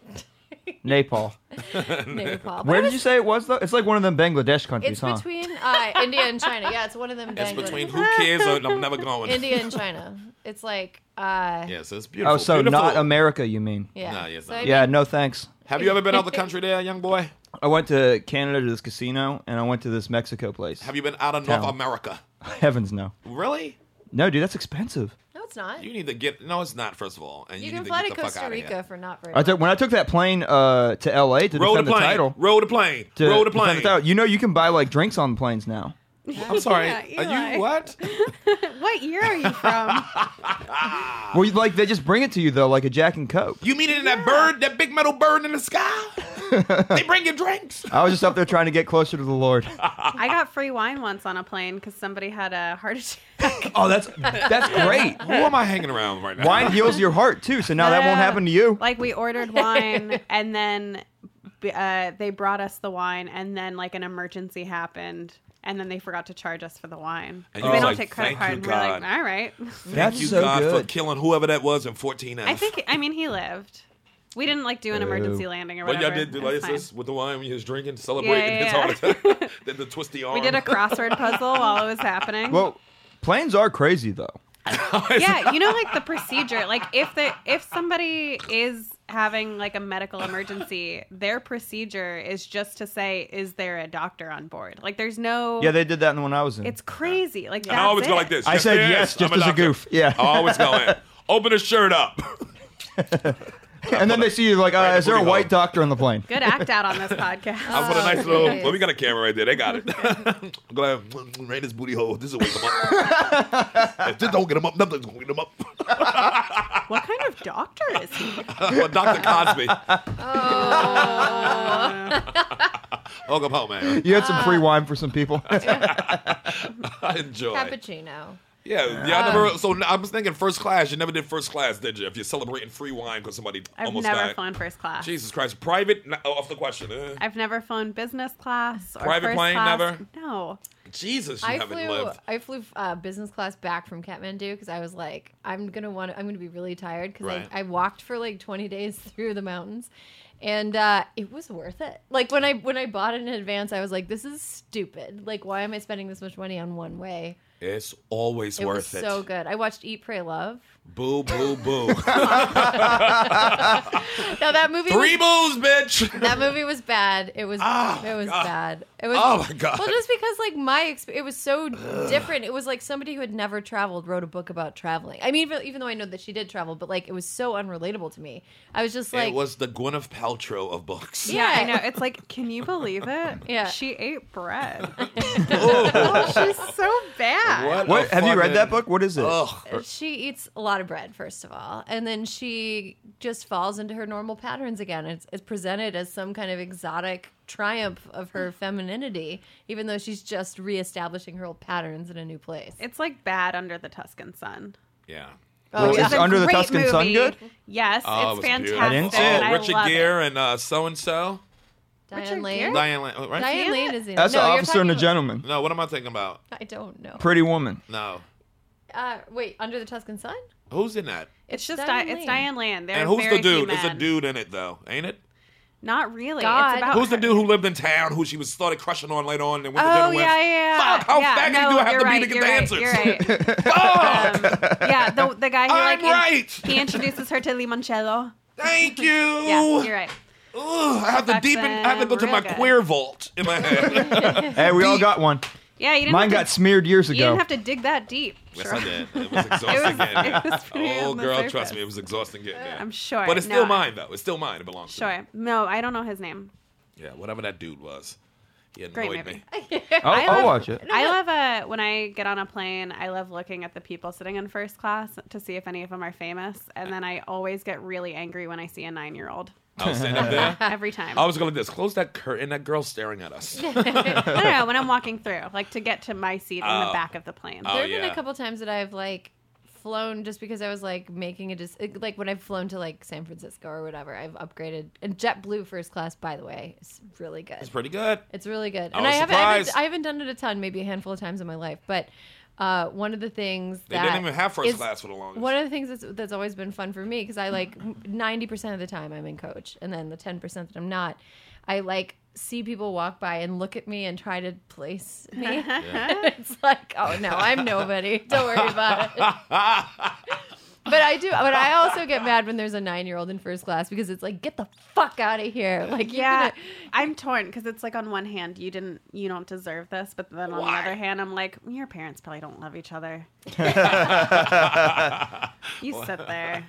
Nepal.
Nepal. But
Where
it
did you say it was though? It's like one of them Bangladesh countries,
It's
huh?
between uh, India and China. Yeah, it's one of them.
It's
dangling-
between who cares or I'm never going.
India and China. It's like, uh, yeah.
Yes, it's beautiful.
oh, so
beautiful.
not America, you mean?
No, yes,
So
no.
I
Yeah,
think-
no thanks.
Have you ever been out the country there, young boy?
I went to Canada to this casino and I went to this Mexico place.
Have you been out of
No.
North America?
Heavens no.
Really?
No, dude, that's expensive.
no, it's not.
You
You,
need to get. No, it's not. First of all, and you,
can
need
fly
to
to
get the fuck
Costa
out of
Rica
here.
for not very.
I
much.
took when I took that plane uh, to LA to
Roll the
defend the
plane.
title.
Roll the plane.
To
Roll the
defend
plane.
title. You know you can buy like drinks on planes now.
I'm sorry.
Yeah,
Are
Eli.
you what?
What year are you from?
Well, you- like they just bring it to you though, like a Jack and Coke.
You mean it in that bird, that big metal bird in the sky? they bring you drinks.
I was just up there trying to get closer to the Lord.
I got free wine once on a plane because somebody had a heart attack.
Oh, that's that's great.
Who am I hanging around right now?
Wine heals your heart too, so now that won't happen to you.
Like we ordered wine and then b- uh, they brought us the wine and then like an emergency happened and then they forgot to charge us for the wine.
And
They
you was
don't
like,
take credit
"Thank
card.
you,
and we're like,
God."
all right.
Thank
That's
you,
so
God, for
good.
killing whoever that was in 14 hours.
I think I mean he lived. We didn't like do an emergency landing or
Well,
whatever.
y'all did do
It
like
was fine.
this with the wine when he was drinking, celebrating
yeah,
his
yeah.
heart attack. then the twisty arm.
We did a crossword puzzle while it was happening.
Well, planes are crazy though.
yeah, you know, like the procedure. Like if the if somebody is having like a medical emergency, their procedure is just to say, "Is there a doctor on board?" Like there's no.
Yeah, they did that in the one I was in.
It's crazy. Like
and I
that's
always go
it.
like this.
I said
there
yes
is.
just
I'm
as a
doctor." Oh,
goof. Yeah.
I always go in. Open his shirt up.
and then they see you like, uh,
the
is there a
booty
white
hole.
doctor on the plane?
Good act out on this podcast.
I
Oh,
put a nice little.
yes.
Well, we got a camera right there. They got it. I'm glad rain his booty hole. This is what come up. if this don't get him up, nothing's gonna get him up.
what kind of doctor is he?
well, Dr. Cosby.
Oh.
Welcome home, man.
You had some
Ah.
free wine for some people.
I enjoy.
cappuccino.
Yeah, yeah.
Um,
I never. So I was thinking first class. You never did first class, did you? If you're celebrating free wine because somebody
I've
almost
never
died.
flown first class.
Jesus Christ, private no, off the question. eh?
I've never flown business class or
Private
first
plane,
class.
never?
No.
Jesus, you
I
haven't
flew.
lived.
I flew uh, business class back from Kathmandu because I was like, I'm gonna want. I'm gonna be really tired because
Right.
I, I walked for like 20 days through the mountains, and uh, it was worth it. Like when I when I bought it in advance, I was like, this is stupid. Like why am I spending this much money on one way?
It's always
It
worth
was
it.
so good. I watched Eat, Pray, Love.
Boo, boo, boo.
Now that movie.
Three
was-
boos, bitch.
that movie was bad. It was
Oh,
it was
God.
bad. It was
Oh, my God.
Well, just because like my experience, it was so different. It was like somebody who had never traveled wrote a book about traveling. I mean, even, even though I know that she did travel, but like it was so unrelatable to me. I was just like,
it was the Gwyneth Paltrow of books.
Yeah.
I know. It's like, can you believe it?
Yeah.
She ate bread.
Oh,
She's so bad.
what
what,
a
have you read that
fucking-
book? What is it?
Ugh.
she eats a lot of bread first of all, and then she just falls into her normal patterns again. It's, it's presented as some kind of exotic triumph of her femininity, even though she's just reestablishing her old patterns in a new place.
It's like bad under the Tuscan sun.
Yeah.
Oh,
Which
yeah.
is Under the
Great
Tuscan Sun
movie.
good?
Yes,
Oh, it
it's
was beautiful.
fantastic.
I didn't see it.
Oh,
I
Richard
love
Gere and uh, so and so.
Diane
Richard
Lane.
Gere?
Diane Lane, right?
Diane
Damn
Lane
it.
is in.
That's
no,
an
you're
officer and a
talking
gentleman.
No, what am I thinking about?
about- I don't know.
Pretty woman.
No.
Uh, wait, Under the Tuscan Sun?
Who's in that?
It's, just
Diane
Di- it's
Lane.
Diane Land. There
and
are
who's
very
the
few
dude? It's a
men.
dude in it though, ain't it?
Not really.
God.
It's about
Who's the
her.
dude who lived in town who she was started crushing on later on and then went to
Oh
dinner
yeah,
with?
yeah. yeah.
Fuck, how
yeah,
faggoty
no,
do I have
you're
to be
right,
to get
you're
the
right,
answers?
You're right.
Fuck!
Um, yeah, the the guy who
I'm
like in-
right.
he introduces her to Limoncello.
Thank you.
Yeah, you're right.
Ugh, I have to
Fucks
deepen. I have to go to
real
my
good.
queer vault in my head.
Hey, we all got one.
Yeah, you didn't.
Mine
have to-
got smeared years
You
ago.
didn't have to dig that deep.
yes,
sure.
I did. It was exhausting
was-
getting
it was pretty
there. Oh,
on the
girl,
surface. Uh,
trust me, it was exhausting getting there.
I'm sure.
But it's
No,
still
I-
mine, though. It's still mine. It belongs to me.
Sure. No, I don't know his name.
Yeah, whatever that dude was, he annoyed
Great
me.
movie.
Oh, I'll, I'll
love-
watch it.
I love uh, when I get on a plane. I love looking at the people sitting in first class to see if any of them are famous, and then I always get really angry when I see a nine-year-old
I was standing there.
every time.
I was going to this. Close that curtain. That girl's staring at us.
no, no, no, when I'm walking through, like to get to my seat in
Oh.
the back of the plane.
Oh,
There have been
yeah.
a couple times that I've like flown just because I was like making a dis- like when I've flown to like San Francisco or whatever. I've upgraded and JetBlue first class, by the way, is really good.
It's pretty good.
It's really good,
I
and I
was
haven't, I haven't
surprised.
I haven't done it a ton, maybe a handful of times in my life, but. Uh, one of the things
They
that
didn't even have first
is-
class for the longest.
One of the things that's that's always been fun for me because I like ninety percent of the time I'm in coach, and then the ten percent that I'm not, I like see people walk by and look at me and try to place me. it's like, oh no, I'm nobody. Don't worry about it. But I do. But I also get mad when there's a nine year old in first class because it's like, get the fuck out of here. Like, you're
Yeah,
gonna-
I'm torn because it's like on one hand you didn't, you don't deserve this, but then on
Why?
the other hand I'm like, your parents probably don't love each other. you sit there.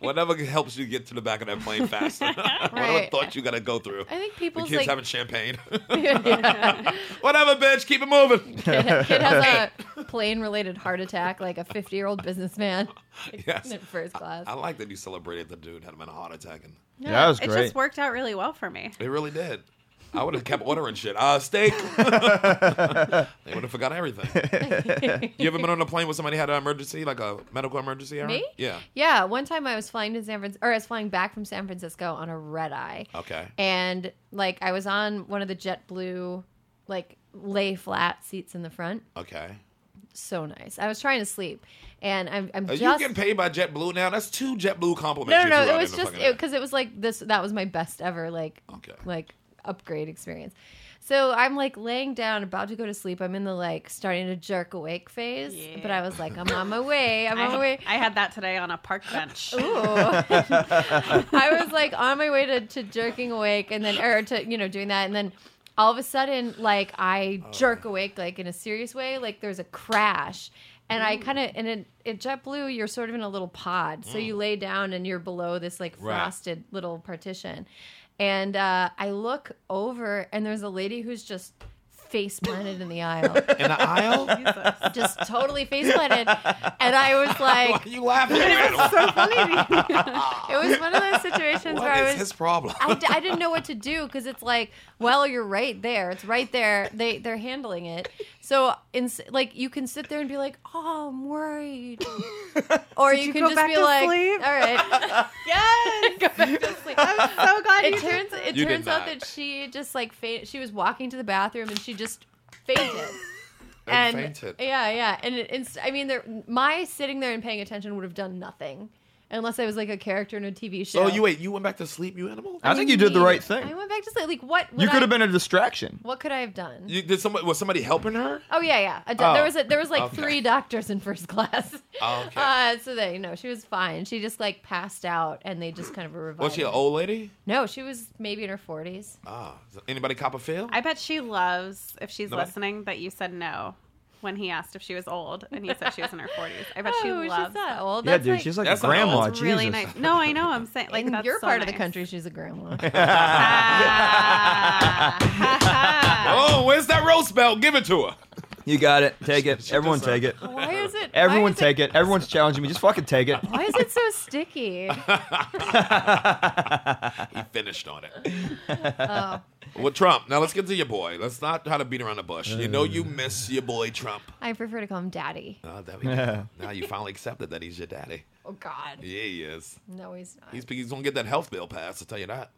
Whatever helps you get to the back of that plane faster. Whatever
Right.
thoughts you got to go through.
I think
the
people's
kids
like
having champagne. Whatever, bitch. Keep it moving.
kid has a plane related heart attack, like a fifty year old businessman
Yes.
in first class.
I like that you celebrated the dude had him in a heart attack. And
Yeah, that was
It
great.
just worked out really well for me.
it really did. I would have kept ordering shit. Uh, steak. they would have forgot everything. you ever been on a plane where somebody had an emergency, like a medical emergency? Aaron?
Me?
Yeah.
Yeah. One time I was flying to San Francisco, or I was flying back from San Francisco on a red eye.
Okay.
And like I was on one of the JetBlue, like lay flat seats in the front.
Okay.
So nice. I was trying to sleep, and I'm, I'm
Are
just.
you getting paid by JetBlue now? That's two JetBlue compliments.
no,
you threw
no, no. It
out in
was
the
just
fucking
because it, was like this. That was my best ever like
Okay.
like upgrade experience. So I'm like laying down, about to go to sleep. I'm in the like starting to jerk awake phase, but I was like, I'm on my way. I'm on my
I,
way.
I had that today on a park bench.
I was like on my way to, to jerking awake and then or to you know doing that and then all of a sudden like I jerk
Oh.
awake like in a serious way like there's a crash and I kind of and it, it JetBlue you're sort of in a little pod so you lay down and you're below this like
Mm. Right.
frosted little partition and uh, I look over and there's a lady who's just face planted in the aisle
In the aisle?
just totally face planted and I was
Why
like
are you laughing at him?
so funny.
it was one of those situations
What
where I
is
was
his problem?
I, d- I didn't know what to do because it's like, well, you're right there. It's right there. They they're handling it. So in like you can sit there and be like, oh, I'm worried, or you,
you
can
go
just
back
be
to
like,
sleep?
all right, yes, go back to sleep.
so glad
It
you did.
turns it
You did
turns out
not.
that she just like faint. She was walking to the bathroom and she just fainted.
Oh,
And fainted.
yeah, yeah, and it, it's, I mean, there, my sitting there and paying attention would have done nothing, unless I was like a character in a TV show.
So you wait, you went back to sleep, you animal?
I think you did the right
I
thing.
went back to sleep. Like what? would
You could
I-
have been a distraction.
What could I have done?
You, did somebody was somebody helping her?
oh yeah, yeah. A do-
Oh,
there was a, there was like
okay.
three doctors in first class.
Oh, okay.
Uh, so they, you know, she was fine. She just like passed out, and they just kind of revived.
Was she an
her.
old lady?
No, she was maybe in her forties.
Ah, is anybody cop a feel?
I bet she loves if she's
Nobody?
listening that you said no when he asked if she was old and he said she was in her 40s. I bet she
oh, she's
loves
not old.
Yeah,
That's
dude,
like,
she's like a
That's not
grandma.
old.
It's really
Oh, Jesus.
nice. No, I know. I'm saying like
in
that's
your
so
part of the
nice.
country, she's a grandma.
Ah.
oh, where's that roast belt? Give it to her.
You got it. Take it. Everyone
deserve
take it.
why is it? why
Everyone
is
take it. Everyone's challenging me. Just fucking take it.
Why is it so sticky?
He finished on it.
Oh.
Well, Trump. Now let's get to your boy. Let's not try to beat around the bush. You know you miss your boy Trump.
I prefer to call him daddy.
Ah, there we go. Now you finally accepted that he's your daddy.
Oh God,
Yeah, he is.
no, he's not.
He's, he's gonna get that health bill passed. I'll tell you that.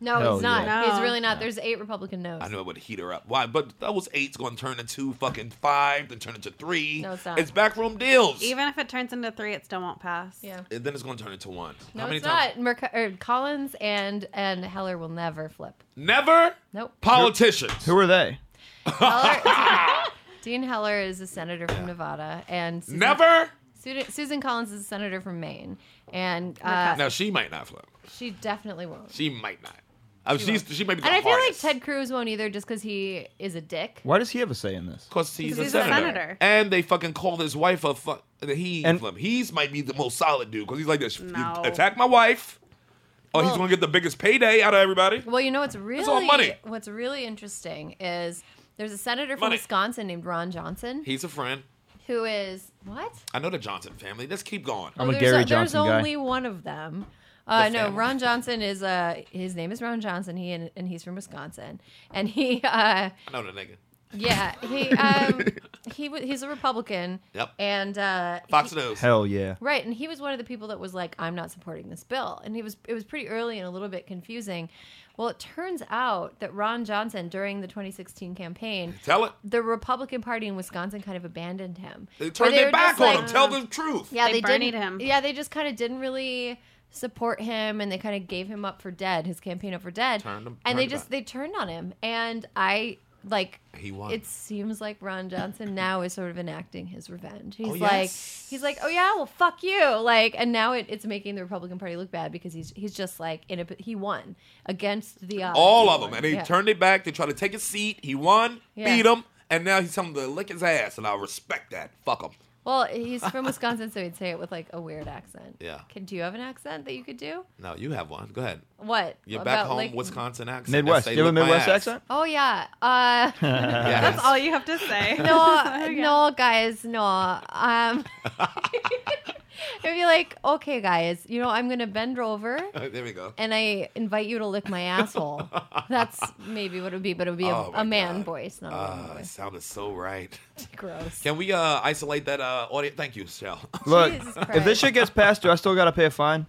No,
Hell
he's not.
yeah.
He's
No.
really not. There's eight Republican no's.
I know it would heat her up. Why? But those eight's going to turn into fucking five, then turn into three.
No, it's not.
backroom deals.
Even if it turns into three, it still won't pass.
Yeah.
And then it's going to turn into one.
No, it's not. Merc- er, Collins and and Heller will never flip.
Never
Nope.
politicians.
Who are they?
Heller, Dean Heller is a senator from Nevada, and Susan,
Never.
Susan, Susan Collins is a senator from Maine, and
Okay.
uh,
Now she might not flip.
she definitely won't.
She might not. I mean, she's, she might be the
and I feel like
hardest.
Ted Cruz won't either, just because he is a dick.
Why does he have a say in this?
Because he's, a,
he's a
senator.
senator.
And they fucking called his wife a fuck. He
And-
flipped. He's might be the most solid dude because he's like this.
No.
You attack my wife, or he's
Well-
gonna get the biggest payday out of everybody.
Well, you know what's really
all money.
what's really interesting is there's a senator from
Money.
Wisconsin named Ron Johnson
He's a friend.
who is what?
I know the Johnson family. Let's keep going.
I'm a
there's
Gary
there's
Johnson guy.
only one of them. Uh,
The
no,
family.
Ron Johnson is uh his name is Ron Johnson. He and, and he's from Wisconsin, and he uh
I know the nigga.
yeah he um he wa- he's a Republican.
Yep.
And uh,
Fox
he-
News.
Hell yeah.
Right, and he was one of the people that was like, "I'm not supporting this bill," and he was. It was pretty early and a little bit confusing. Well, it turns out that Ron Johnson, during the 2016 campaign,
Tell it.
the Republican Party in Wisconsin kind of abandoned him.
They
Where
turned
they
their
were
back
just
on
like- uh,
him. Tell the truth.
Yeah,
They
they,
birdied
didn't,
him.
Yeah, they just kind of didn't really support him, and they kind of gave him up for dead. His campaign up for dead,
Turned him-
and they
turned
just
back.
they turned on him. And I like
He won.
It seems like Ron Johnson now is sort of enacting his revenge. He's
Oh,
like
yes.
he's like, oh yeah, well fuck you, like, and now it, it's making the Republican Party look bad because he's he's just like in a he won against the odds.
All
He
of them.
won.
And they
Yeah.
turned their back. They tried to take his seat. He won,
Yeah.
beat him, and now he's telling them to lick his ass. And I respect that. Fuck him.
Well, he's from Wisconsin, so he'd say it with like a weird accent.
Yeah.
Can, do you have an accent that you could do?
No, you have one. Go ahead.
What?
You're back
About,
home,
like-
Wisconsin accent.
Midwest.
They
You have a
lick my
Midwest
ass.
accent?
Oh yeah. Uh,
Yes.
That's all you have to say.
no, uh,
Okay.
no, guys, no. Um, it'd be like, okay, guys, you know, I'm gonna bend over.
there we go.
And I invite you to lick my asshole. That's maybe what it would be, but it would be a,
Oh, my
a man
God.
voice, not a woman
Ah, it
voice.
sounded so right.
Gross.
Can we uh, isolate that uh, audio? Thank you, Shell.
Look,
Jesus
if this
Christ.
shit gets passed, do I still gotta pay a fine?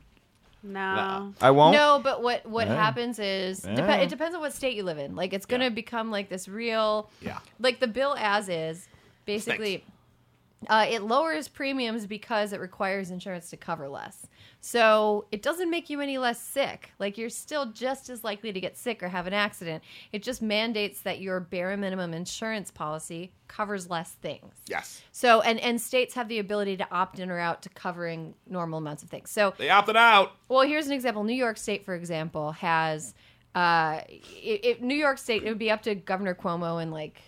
No.
I won't.
No, but what what
Yeah.
happens is depe-
Yeah.
it depends on what state you live in. Like it's gonna
Yeah.
become like this real,
Yeah.
Like the bill as is, basically, uh, it lowers premiums because it requires insurance to cover less. So it doesn't make you any less sick. Like you're still just as likely to get sick or have an accident. It just mandates that your bare minimum insurance policy covers less things.
yes.
So and and states have the ability to opt in or out to covering normal amounts of things. So
They opted out.
well, here's an example. New York State, for example, has uh, it, it, New York State. It would be up to Governor Cuomo and like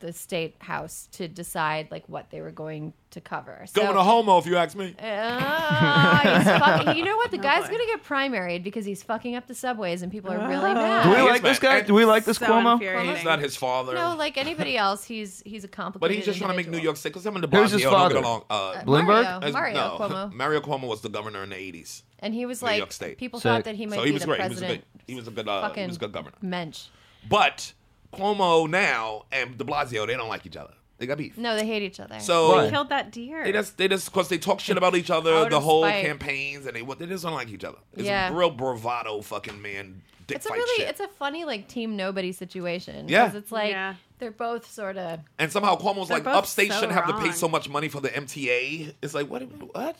the state house to decide like what they were going to cover. So,
Going to homo, if you ask me.
Ah, he's fucking, you know what? The guy's
boy.
gonna get primaried because he's fucking up the subways, and people are
Ah.
really mad.
Do we
He's
like this
mad.
guy? Do we like this
so
Cuomo?
infuriating.
He's not his father.
no, like anybody else, he's he's a complicated.
but he's just trying to make New York sick. Because him and De
Who's his
Blasio don't get
father?
along. Uh,
Bl- Bloomberg?
Mario,
as-
Mario
no.
Cuomo,
Mario Cuomo was the governor in the 80s.
and he was
New
like
York State.
people
So-
thought that he might
So
be
he was
the
great. He was a
president.
good, he was a good, uh, he
fucking
was a good governor.
Mensch.
But Cuomo now and De Blasio, they don't like each other. They got beef.
No, they hate each other.
So
Why?
Killed that deer.
They just, they just, because they talk shit about each other,
Out
the
of
whole
spite.
campaigns, and they, what- they just don't like each other. It's
Yeah.
real bravado, fucking man, dick
it's a
fight
really
shit.
it's a funny like team nobody situation 'cause
Yeah.
it's like
Yeah.
they're both sort of
and somehow Cuomo's
They're
like,
both
upstate
so
shouldn't have to pay
wrong.
so much money for the MTA. It's like, what? What?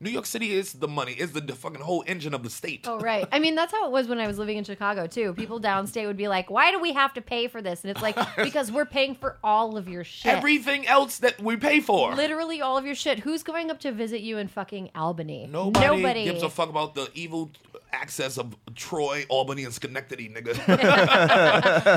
New York City is the money, is the, the fucking whole engine of the state.
oh right i mean that's how it was when i was living in chicago too people downstate would be like why do we have to pay for this and it's like because we're paying for all of your shit
Everything else that we pay for.
literally all of your shit who's going up to visit you in fucking albany
Nobody, gives a fuck about the evil access of Troy, Albany, and Schenectady, nigga.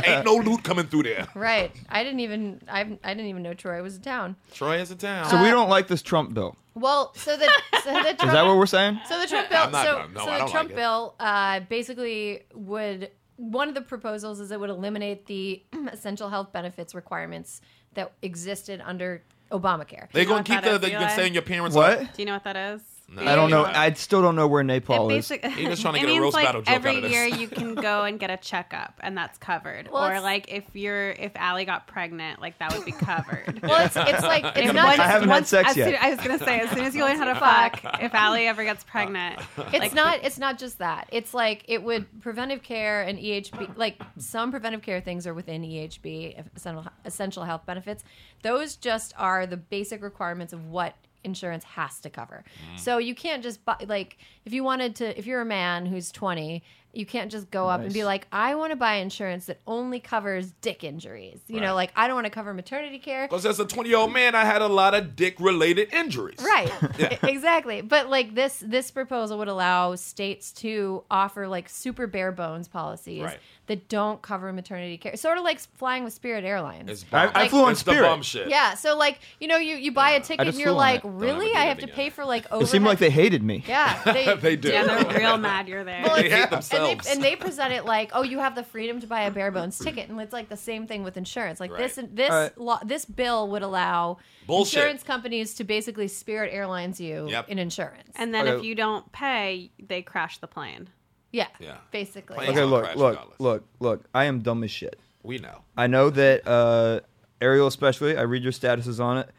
Ain't no loot coming through there.
right i didn't even I, I didn't even know troy was a town
Troy is a town.
So we don't like this Trump bill.
well so the so the
Is that what we're saying?
So the Trump bill.
I'm not
so,
gonna- no,
so
I
the
don't
Trump
like it.
bill uh, basically would one of the proposals is it would eliminate the essential health benefits requirements that existed under Obamacare.
They're
know
gonna
what
keep
that
the,
is,
the you
Eli?
can saying your parents
What?
are-
Do you know what that is?
No. Oh,
I don't know. I still don't know where Nepal
It
is.
basic-
He was trying to
it
get a
means
roast
like
battle joke
every
out of this.
year you can go and get a checkup and that's covered.
Well,
or
it's-
like if you're if Allie got pregnant, like that would be covered.
Well, it's, it's like it's
If
not.
once-
Just,
I haven't had
once-
sex
as
yet.
soon- I was gonna say as soon as you learn how to fuck, if Allie ever gets pregnant,
it's not. It's not just that. It's like it would preventive care and EHB. Like some preventive care things are within E EHB essential essential health benefits. Those just are the basic requirements of what insurance has to cover. So you can't just buy like if you wanted to. If you're a man who's 20. You can't just go up and be
Nice.
like, I want to buy insurance that only covers dick injuries. You know,
Right.
like I don't want to cover maternity care.
Because as a 20 year old man, I had a lot of dick related injuries.
Right. E- Exactly. But like this this proposal would allow states to offer like super bare bones policies
Right.
that don't cover maternity care. Sort of like flying with Spirit Airlines.
It's
I,
bum.
I flew on
it's the
Spirit.
bum shit.
yeah, so like, you know, you, you buy a ticket and
just
you're
flew on
like,
it. Don't
ever
really?
do
I
that
have to
again.
pay for like over
It seemed like they hated me.
Yeah, they,
They do.
yeah, they're real mad you're there.
Well,
They
it's-
hate
and
themselves.
they, and they present it like, oh, you have the freedom to buy a bare bones ticket, and it's like the same thing with insurance. Like this,
Right.
this,
All right.
law, this bill would allow
Bullshit.
insurance companies to basically Spirit Airlines you
Yep.
in insurance.
and then if
Okay.
you don't pay, they crash the plane.
yeah,
Yeah.
basically.
Plain
Okay,
Yeah.
look,
Crash
look,
dollars.
look, look. I am dumb as shit.
We know.
I know that uh, Ariel, especially. I read your statuses on it.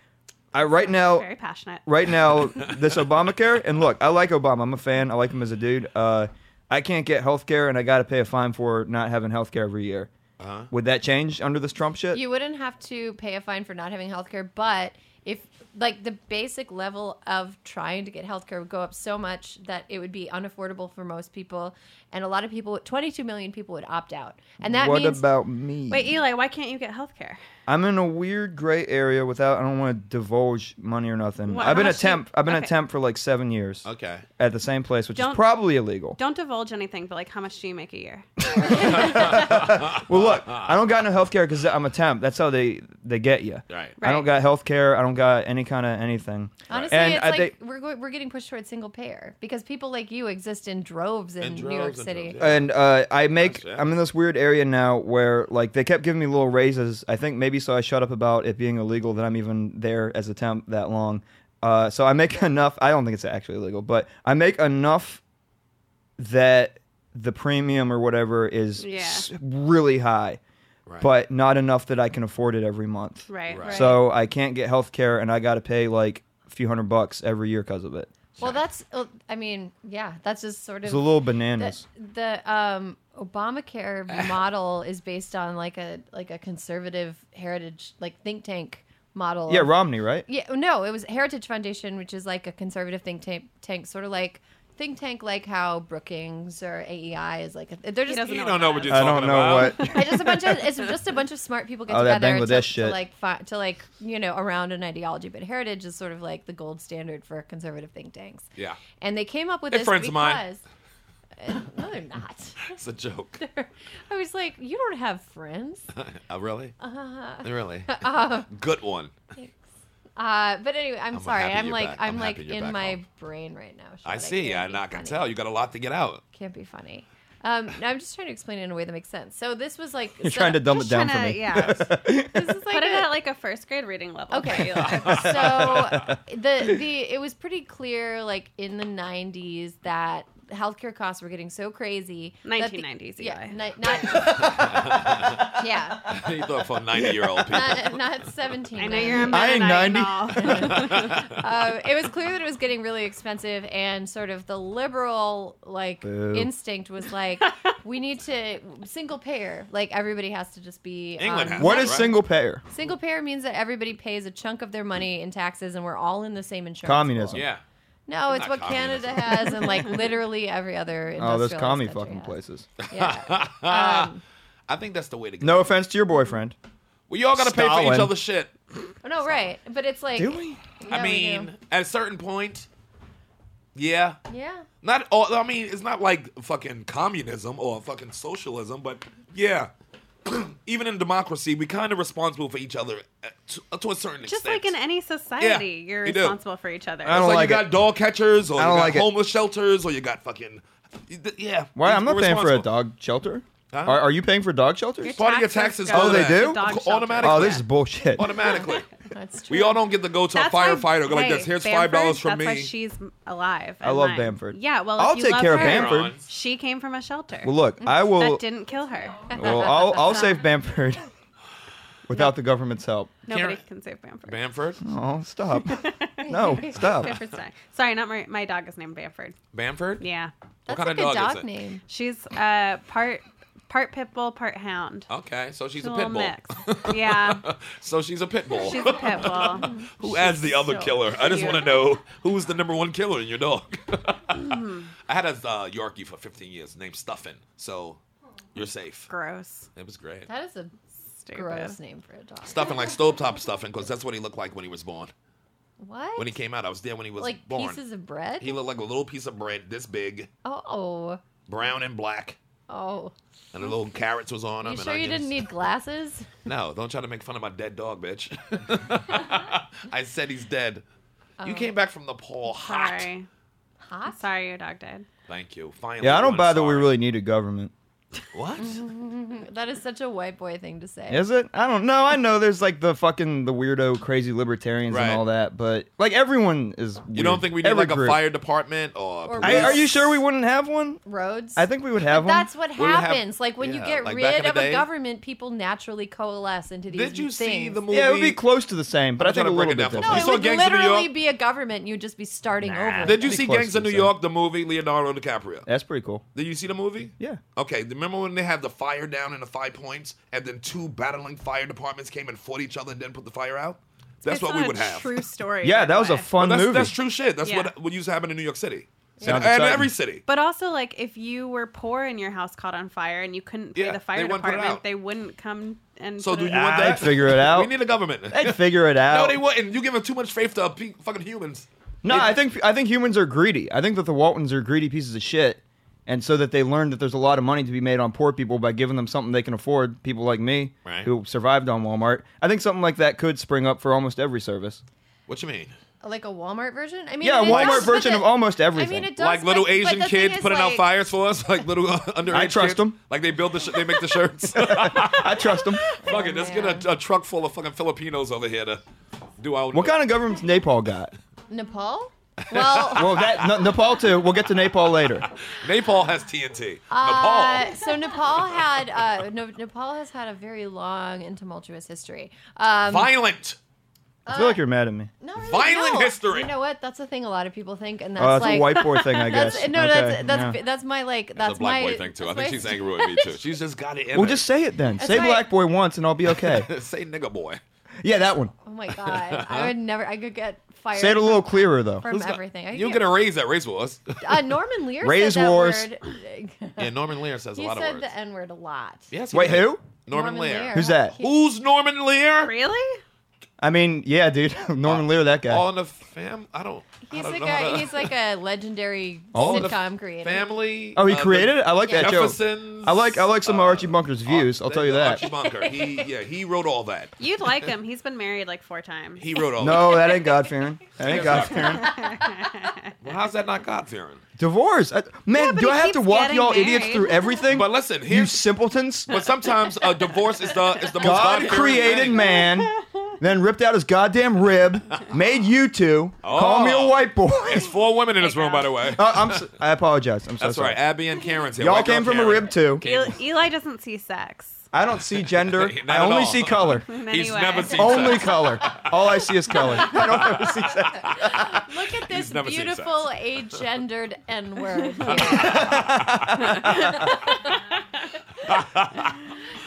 I right now,
Very passionate.
Oh. right now, this Obamacare. And look, I like Obama. I'm a fan. I like him as a dude. Uh, I can't get health care, and I got to pay a fine for not having health care every year. Uh-huh. Would that change under this Trump shit?
You wouldn't have to pay a fine for not having health care, but if like the basic level of trying to get health care would go up so much that it would be unaffordable for most people, and a lot of people, 22 million people would opt out, and that
what
means
about me?
Wait, Eli, why can't you get health care?
I'm in a weird gray area without. I don't want to divulge money or nothing.
What-
I've been
how
a
much do you-
temp. I've been
okay.
a temp for like seven years.
Okay.
At the same place, which
Don't-
is probably illegal.
Don't divulge anything, but like how much do you make a year?
Well, look,
Uh-uh.
I don't got no health care because I'm a temp. That's how they they get you.
Right.
I don't
Right.
got health care. I don't got any kind of anything.
Honestly,
and
it's
I
like
think-
we're go- we're getting pushed towards single payer because people like you exist in droves in,
In
New York
droves and
City.
droves, yeah.
and uh, I make
Gotcha.
I'm in this weird area now where like they kept giving me little raises. I think maybe so I shut up about it being illegal that I'm even there as a temp that long. Uh, so I make enough. I don't think it's actually illegal, but I make enough that the premium or whatever is
Yeah.
s- really high, but not enough that I can afford it every month.
Right.
Right.
So I can't get health care and I got to pay like a few hundred bucks every year because of it.
Well, that's uh, I mean, yeah, that's just sort of
It's a little
the,
bananas.
the um, Obamacare model is based on like a like a conservative heritage like think tank model.
yeah,
of-
Romney, right?
Yeah, oh, no, it was Heritage Foundation, which is like a conservative think tank, tank sort of like think tank, like how Brookings or AEI is like. A, they're just
doesn't
You
know
don't know what you're
I
talking
don't know
about.
what.
I just a bunch of it's just a bunch of smart people get
Oh, that
together to,
Bangladesh
to
shit.
like fi- to like you know around an ideology, but heritage is sort of like the gold standard for conservative think tanks.
Yeah.
and they came up with
They're
this
friends of mine.
because Uh, no, they're not.
It's a joke.
I was like, you don't have friends.
Uh, really?
Uh-huh.
really? Good one.
Uh, but anyway, I'm, sorry.
happy
I'm
you're
like
back.
I'm,
I'm
like
happy you're
in
back
my
home.
brain right now.
I
Shawna.
see.
Can't
I,
be
I can
funny.
tell. You got a lot to get out.
Can't be funny. Um, no, I'm just trying to explain it in a way that makes sense. So this was like
You're trying to dumb it
Just
down for
tryna-
me.
Yeah.
This is like
Put it
a-
at like a first grade reading level.
Okay.
for Eli.
so the the it was pretty clear like in the 90s that healthcare costs were getting so crazy that the-
1990s,
yeah
Eli.
ni- not yeah
you thought for 90 year old people.
not, not 17
I know you're a
I ain't
Mennonite
90.
and all.
uh, it was clear that it was getting really expensive and sort of the liberal like
Boo.
instinct was like we need to single payer like everybody has to just be
England
um,
has
What
Right.
is single payer?
single payer means that everybody pays a chunk of their money in taxes and we're all in the same insurance pool.
Communism.
Yeah.
No, it's
Not
what
communism.
Canada has and like literally every other.
Oh, those
industrialized
commie
country
fucking
has.
places.
Yeah.
I think that's the way to go.
No offense to your boyfriend.
We all got to pay for each
Stalin.
other's shit.
Oh, no, right. But it's like. Yeah,
I
we
mean, at a certain point, yeah.
do. Yeah.
Not all. I mean, it's not like fucking communism or fucking socialism, but yeah. Even in democracy, we kind of responsible for each other uh, to, uh, to a certain
Just
extent.
like in any society, you're
you do.
responsible for each other.
I don't
It's like,
like
you got
it.
dog catchers, or you
I don't
got
like it.
homeless shelters, or you got fucking yeah.
Why? I'm
we're
not paying for a
responsible. Uh-huh.
dog shelter.
Huh?
Are, are you paying for dog shelters?
Part of your taxes
go
Oh, they
to
do?
the dog
Automatic-
shelter.
Oh,
automatically.
this is bullshit.
Automatically,
That's true.
We all don't get to go to
That's
a
why-
firefighter. Go like
hey,
this. Here's
Bamford,
five dollars from
Oh, that's
me.
Why she's alive.
I
and
love
mine.
Bamford.
Yeah, well,
I'll
if you
take
love
care of
her,
Bamford.
She came from a shelter.
Well, look, I will.
that didn't kill her.
Well, I'll, I'll save Bamford without the government's help.
Nobody
Karen-
can save Bamford.
Bamford.
Oh, stop! No, stop.
Bamford's dying. Sorry, not my my dog is named Bamford.
Bamford.
Yeah,
That's
kind
like
of
a
dog is
dog
it?
name.
she's uh part part pit bull, part hound.
Okay, so Oh, she's
She's
a
little
pit bull.
mix. Yeah,
So she's a pit bull.
she's a pit bull.
Who adds the other
so
killer? I just
cute.
want to know who was the number one killer in your dog.
Mm-hmm.
I had a uh, Yorkie for 15 years named Stuffin, so you're safe.
Gross.
It was great.
That is a
Stupid.
gross name for a dog.
Stuffin like stovetop stuffing, because that's what he looked like when he was born.
What?
When he came out, I was there when he was
like
born.
pieces of bread?
He looked like a little piece of bread, this big,
oh.
brown and black,
Oh.
and the little carrots was on him.
You
and
sure you
onions.
didn't need glasses?
No, don't try to make fun of my dead dog, bitch. I said he's dead.
Oh.
You came back from Nepal hot.
Sorry,
Hot?
sorry, your dog died.
Thank you. Finally.
Yeah, I don't
one
buy that we
sorry.
really need a government.
What?
Mm-hmm. That is such a white boy thing to say.
Is it? I don't know. I know there's like the fucking the weirdo crazy libertarians
Right.
and all that, but like everyone is.
You don't think we need
Every
like
group.
a fire department or,
Or
I,
police?
are you sure we wouldn't have one?
Roads?
I think we would
But
have one.
that's what
would have-
happens. like when
yeah,
you get
like back in
rid
the
of a
day.
government, people naturally coalesce into these
Did you
things.
see the movie?
yeah, it would be close to the same, but
I'm
I
trying
think a
to break
little
it down
bit
for
different.
No,
You
it
saw
would
Gangs of New
literally
York?
be a government. and You'd just be starting over.
Did you
Be
see
close
Gangs
to
of New
the
York, the movie Leonardo DiCaprio?
That's pretty cool.
Did you see the movie?
Yeah.
Okay, remember when they had the fire down in the five points, and then two battling fire departments came and fought each other and then put the fire out? That's
It's
what
not
we
a
would have.
True story. by
Yeah, that
the
was a
way.
fun
that's,
movie.
that's true shit. That's
Yeah.
what what used to happen in New York City and,
Sounds
and
exciting.
every city.
But also, like, if you were poor and your house caught on fire and you couldn't pay
Yeah,
the
they
fire
wouldn't put it
department,
out.
they wouldn't come and.
So
put
do
it
you
out.
want
Ah,
that?
they'd figure it out.
We need a government.
They'd figure it
no,
out.
they wouldn't. You giving too much faith to pe- fucking humans.
No, I think I think humans are greedy. I think that the Waltons are greedy pieces of shit, and so that they learned that there's a lot of money to be made on poor people by giving them something they can afford. People like me,
Right.
who survived on Walmart. I think something like that could spring up for almost every service.
What you mean?
Like a Walmart version? I mean,
Yeah, a
it
Walmart
does, but
version
the-
of almost
I
everything.
mean, it does.
Like little
but- but
Asian
the thing
kids
is,
putting out
like,
fires for us, like little uh, underage.
I trust
kids.
'em.
Like they build the, sh- they make the shirts.
I trust them.
Fuck it, let's
Oh,
get a, a truck full of fucking Filipinos over here to do our.
What kind of government's Nepal got?
Nepal? Well,
Well, that N- Nepal too. We'll get to Nepal later.
Nepal has TNT.
Uh,
Nepal.
so Nepal had uh, no, Nepal has had a very long and tumultuous history. Um,
Violent.
I feel like you're mad at me.
not really,
violent
no.
history.
You know what? That's a thing a lot of people think, and that's
Oh, that's
like
a white boy thing, I guess.
that's, no,
Okay,
that's that's
yeah.
that's my like that's
That's a black
my
boy thing too. I
that's
think
my-
she's angry with me too. She's just got it in
Well,
her.
just say it then. say
why-
black boy once, and I'll be okay.
say nigga boy.
yeah, that one.
Oh my god, I would never. I could get fired.
Say it a little clearer though.
from everything. I
You'll
get-
get a raise at Race Wars.
uh, Norman Lear
Raise
said that
wars.
word.
yeah, Norman Lear says a
he
lot of
said
words.
the N word a lot.
yes, he
Wait,
did.
who?
Norman, Lear.
Who's that?
He-
Who's Norman Lear?
Really?
I mean, yeah, dude. Norman Lear, that guy.
Uh, All in the fam. I don't. I
He's
don't
like
know how
a
to-
he's like a legendary
All in Oh, the
sitcom creator.
Family.
Oh, he
uh, the
created it. I like that joke.
Jefferson's.
I like I like some of
uh,
Archie Bunker's views. I'll
uh,
tell you that.
Archie Bunker. He yeah. He wrote all that.
You'd like him. He's been married like four times.
He wrote all.
No, that ain't God fearing. That ain't
That's
God
not-
fearing.
That. Well, how's that not God fearing?
Divorce. I, man,
but
do
he
I have to
keeps
walk
getting
y'all idiots
married.
through everything?
But listen,
you
here's.
simpletons.
But sometimes a divorce is the is the most
God
God-fearing
created
thing.
man, then ripped out his goddamn rib, made you two. Call me a
Oh.
white boy.
It's four women in this room, by the way.
Uh, I'm. s- I apologize. I'm so
That's
sorry.
right. Abby and Karen's here.
Y'all
White girl
came from a
Karen.
rib too.
Eli, Eli doesn't see sex.
I don't see gender.
Not
I
at
only
all.
see color.
In any
He's
way.
never seen
Only
sex.
color. All I see is color. I don't ever see sex.
Look at this
He's never seen
beautiful agendered N word here.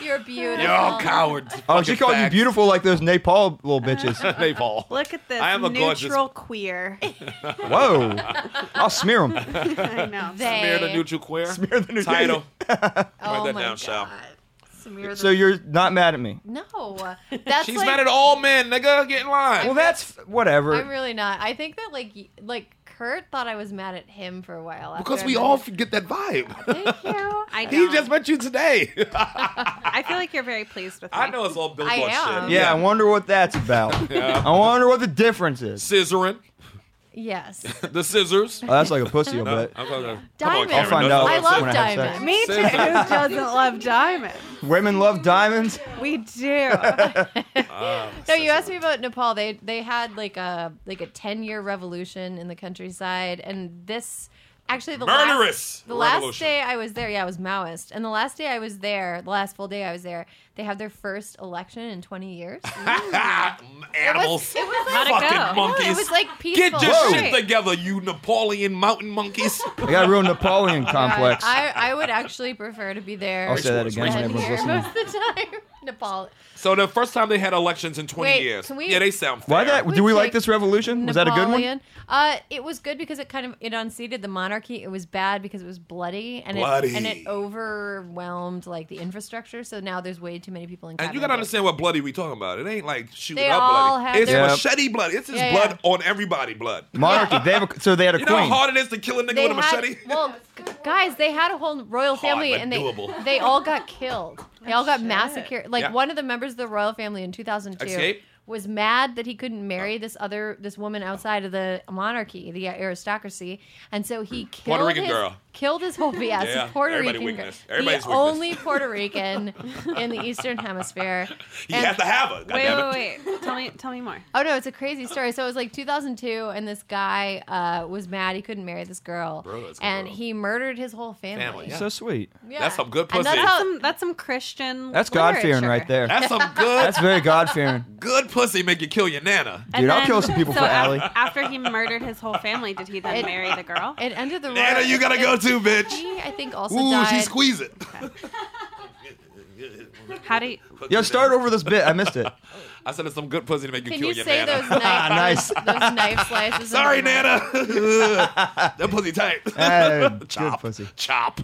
You're beautiful.
You're all cowards.
Oh, she
fucking
called you
fags.
beautiful like those Nepal little bitches.
Napalm.
Look at this
I am a gorgeous-
neutral queer.
Whoa. I'll smear them.
I know.
They-
Smear the neutral queer. Smear
the neutral-
title.
Oh
that
my
down, Sal.
God. Smear the-
So you're not mad at me.
no. That's
She's
like,
mad at all men, nigga. Get in line.
Well, that's whatever.
I'm really not. I think that like y- like Kurt thought I was mad at him for a while. after
because
I
we
met
all
him.
get that vibe.
Thank you.
I
he
don't.
just met you today.
I feel like you're very pleased with me.
I know it's all built
I
on
am.
shit.
yeah, I wonder what that's about. I wonder what the difference is.
Scissoring.
Yes.
The scissors.
Oh, that's like a pussy,
No,
but
I'm gonna- come on,
Diamond.
Cameron,
I'll find
no, no,
out.
I
no,
love
when I have sex.
diamond.
Me too. Who doesn't love diamonds?
women love diamonds.
We do.
No, you asked me about Nepal. They they had like a like a ten year revolution in the countryside, and this actually the
Murderous
last the last
revolution.
day I was there, yeah, I was Maoist, and the last day I was there, the last full day I was there, they had their first election in twenty years.
Animals.
It was
How'd it
like,
go?
fucking
No, it
monkeys.
was like
Get
peaceful.
your shit
Right.
together, you Napoleon mountain monkeys.
I got a real Napoleon complex.
I, I would actually prefer to be there.
I'll say that again when
than
everyone's
here
listening.
most of the time. Nepal.
so the first time they had elections in 20
Wait,
years.
can we-
yeah, they sound fair.
Why that? Do we like this revolution? Was that a good one?
Napoleon. Uh, it was good because it kind of it unseated the monarchy. It was bad because it was bloody and
Bloody.
it and it overwhelmed like the infrastructure. So now there's way too many people in.
And you
cabinet.
gotta understand what bloody we talking about. It ain't like shooting
They
up
all
bloody.
had
It's
their-
Yeah.
machete blood. It's just
Yeah, yeah.
blood on everybody blood.
Monarchy. They have a, so they had a
You know
queen.
how hard it is to kill a nigga
They
with a
had,
machete?
well, g- guys, they had a whole royal family,
but
and they
doable.
they all got killed. They all got massacred. Like
Yeah.
one of the members of the royal family in 2002
Escape?
was mad that he couldn't marry this other this woman outside of the monarchy, the aristocracy, and so he killed
Puerto Rican
his,
girl.
Killed his whole yeah, it's a
Yeah,
Puerto
everybody
Rican girl.
weakness. Everybody's
the
weakness.
only Puerto Rican in the Eastern Hemisphere.
You
And-
have to have her.
wait,
goddammit.
wait, wait. Tell me, tell me more.
Oh no, it's a crazy story. So it was like 2002, and this guy uh, was mad he couldn't marry this girl,
Bro, that's a good
and
girl.
he murdered his whole family.
Family, yeah.
So sweet.
Yeah.
That's some good
And
pussy.
that's
That's
how-
some, that's some Christian.
That's God fearing
literature.
right there.
That's some good,
That's very God fearing.
good pussy make you kill your nana.
Dude, I'll kill some people
so
for
af-
Allie.
After he murdered his whole family, did he then
It-
marry the girl?
It ended the
Nana,
royal-
you gotta
it-
go too, bitch.
He, I think, also
Ooh,
died.
she squeeze it.
How do you,
Yo, start over this bit. I missed it.
I said it's some good pussy to make you
Can
kill
you
your
say
nana. Ah,
those knife,
Nice.
those, knife slices? in
Sorry,
the-
nana. that pussy tight.
Ah, good
Chop.
pussy.
Chop.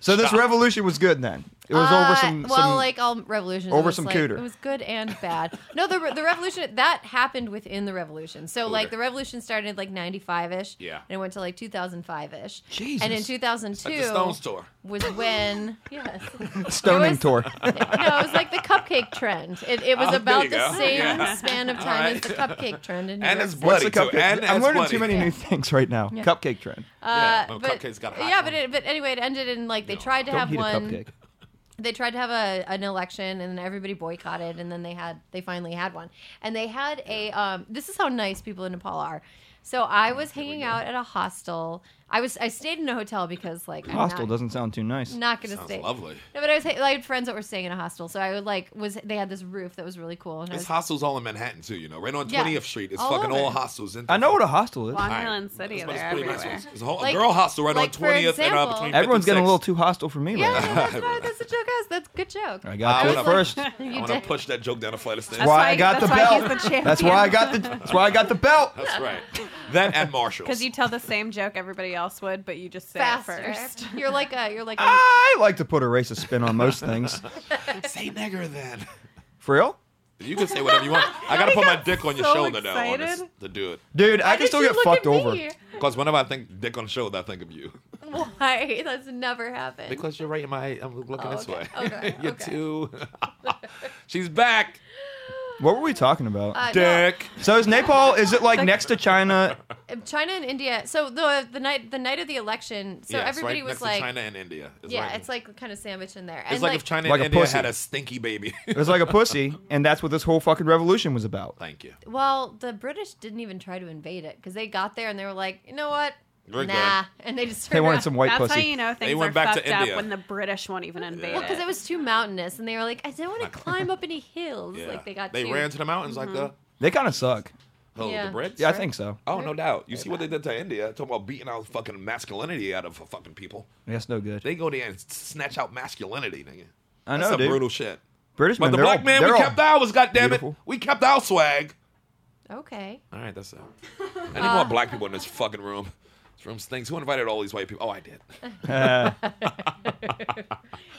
So this
Chop.
revolution was good then. It was
Uh,
over some.
well,
some-
like all revolutions, it
over
was
some
like-
cooter.
It was good and bad. No, the the revolution that happened within the revolution. So like the revolution started like ninety five ish,
Yeah.
and it went to like two thousand five ish.
Jesus.
And in two thousand
Like the Stones
two
tour.
was when yes,
stoning
it was-
tour.
no, it was like the cupcake trend. It, it
Oh,
was
there
about
you
the
go.
same
Yeah.
span of
All
time
right.
as the cupcake trend, in
And
Europe.
it's
What's
bloody
the
too.
cupcake?
And
I'm
it's
learning
bloody.
too many new things right now. Cupcake trend.
Uh,
Oh,
but,
cupcakes got hot.
yeah, but it, but anyway, it ended in like they tried to
Don't
have
eat a
one.
cupcake.
They tried to have a an election, and then everybody boycotted, and then they had they finally had one, and they had a. Um, this is how nice people in Nepal are. So I
Oh,
was hanging out at a hostel. I was I stayed in a hotel because like I'm
Hostel
not,
doesn't sound too nice.
not gonna
Sounds
stay.
lovely.
No, but I was I had friends that were staying in a hostel, so I would like was they had this roof that was really cool. And I
This
was,
hostels all in Manhattan too, you know. Right on
Yeah.
20th Street. It's
All
fucking
over.
all hostels. In
I know what a hostel is.
Long
All right.
Island City?
It's- but it's
They're
pretty nice.
everywhere.
It's a whole
Like-
girl hostel right
like,
on
for
20th and uh,
example-
between
Everyone's
56.
getting a little too hostile for me
yeah,
lately.
no, that's why that's a joke. Ass. That's a good joke.
I got
I
it
was like-
first.
I
you
want to
did.
push that joke down the flight of stairs.
That's why I got
that's
the
why he's
belt.
the champion.
That's why I got the. That's why I got the belt.
That's right. That and Marshalls.
Because you tell the same joke everybody else would, but you just say
faster.
it first.
You're like a you're like a,
Ah,
I like to put a racist spin on most things.
say nigger then.
For real,
You can say whatever you want. I gotta put my dick on your
so
shoulder now on this,
excited.
to do it.
dude. I
Why
can
did
still
you
get
look
fucked
at
over.
me?
Because whenever I think dick on shoulder, I think of you.
Why? That's never happened.
Because you're right in my. I'm looking
Oh,
this
okay.
way.
Okay,
you're
okay.
too. She's back.
What were we talking about?
Uh, no,
Dick.
so is Nepal? Is it like next to China?
China and India. So the the night the night of the election, so
yeah, it's
everybody
right
was
next
like,
to China and India. It's
yeah,
right-
it's like kind of sandwiched in there.
It's
and
like, if China
Like
and
a
India
pussy.
had a stinky baby.
It was like a pussy, and that's what this whole fucking revolution was about.
Thank you.
well, the British didn't even try to invade it because they got there and they were like, you know what?
We're
nah,
good.
and they just
They
turned
wanted
around.
some white
That's how
pussy.
you know things
They went
are
back to
fucked up
India.
when the British won't even invade
Oh,
Well, because
it.
it was too mountainous, and they were like, I didn't want to climb up any hills.
Yeah.
Like they got
They
too- Mm-hmm.
ran to the mountains like
They kind of suck.
the oh,
Yeah.
the Brits.
Yeah, I think so.
Oh, no doubt. You see what they did to India? Talking about beating out fucking masculinity out of fucking people.
That's no good.
They go there and snatch out masculinity, nigga.
I
That's
know,
some
dude.
brutal shit.
British
But
men,
the
they're
black
all-
man, we
they're all-
kept ours, goddammit.
beautiful.
We kept our swag.
Okay.
All right, that's it. Any more black people in this fucking room? This room stinks. Who invited all these white people? Oh, I did.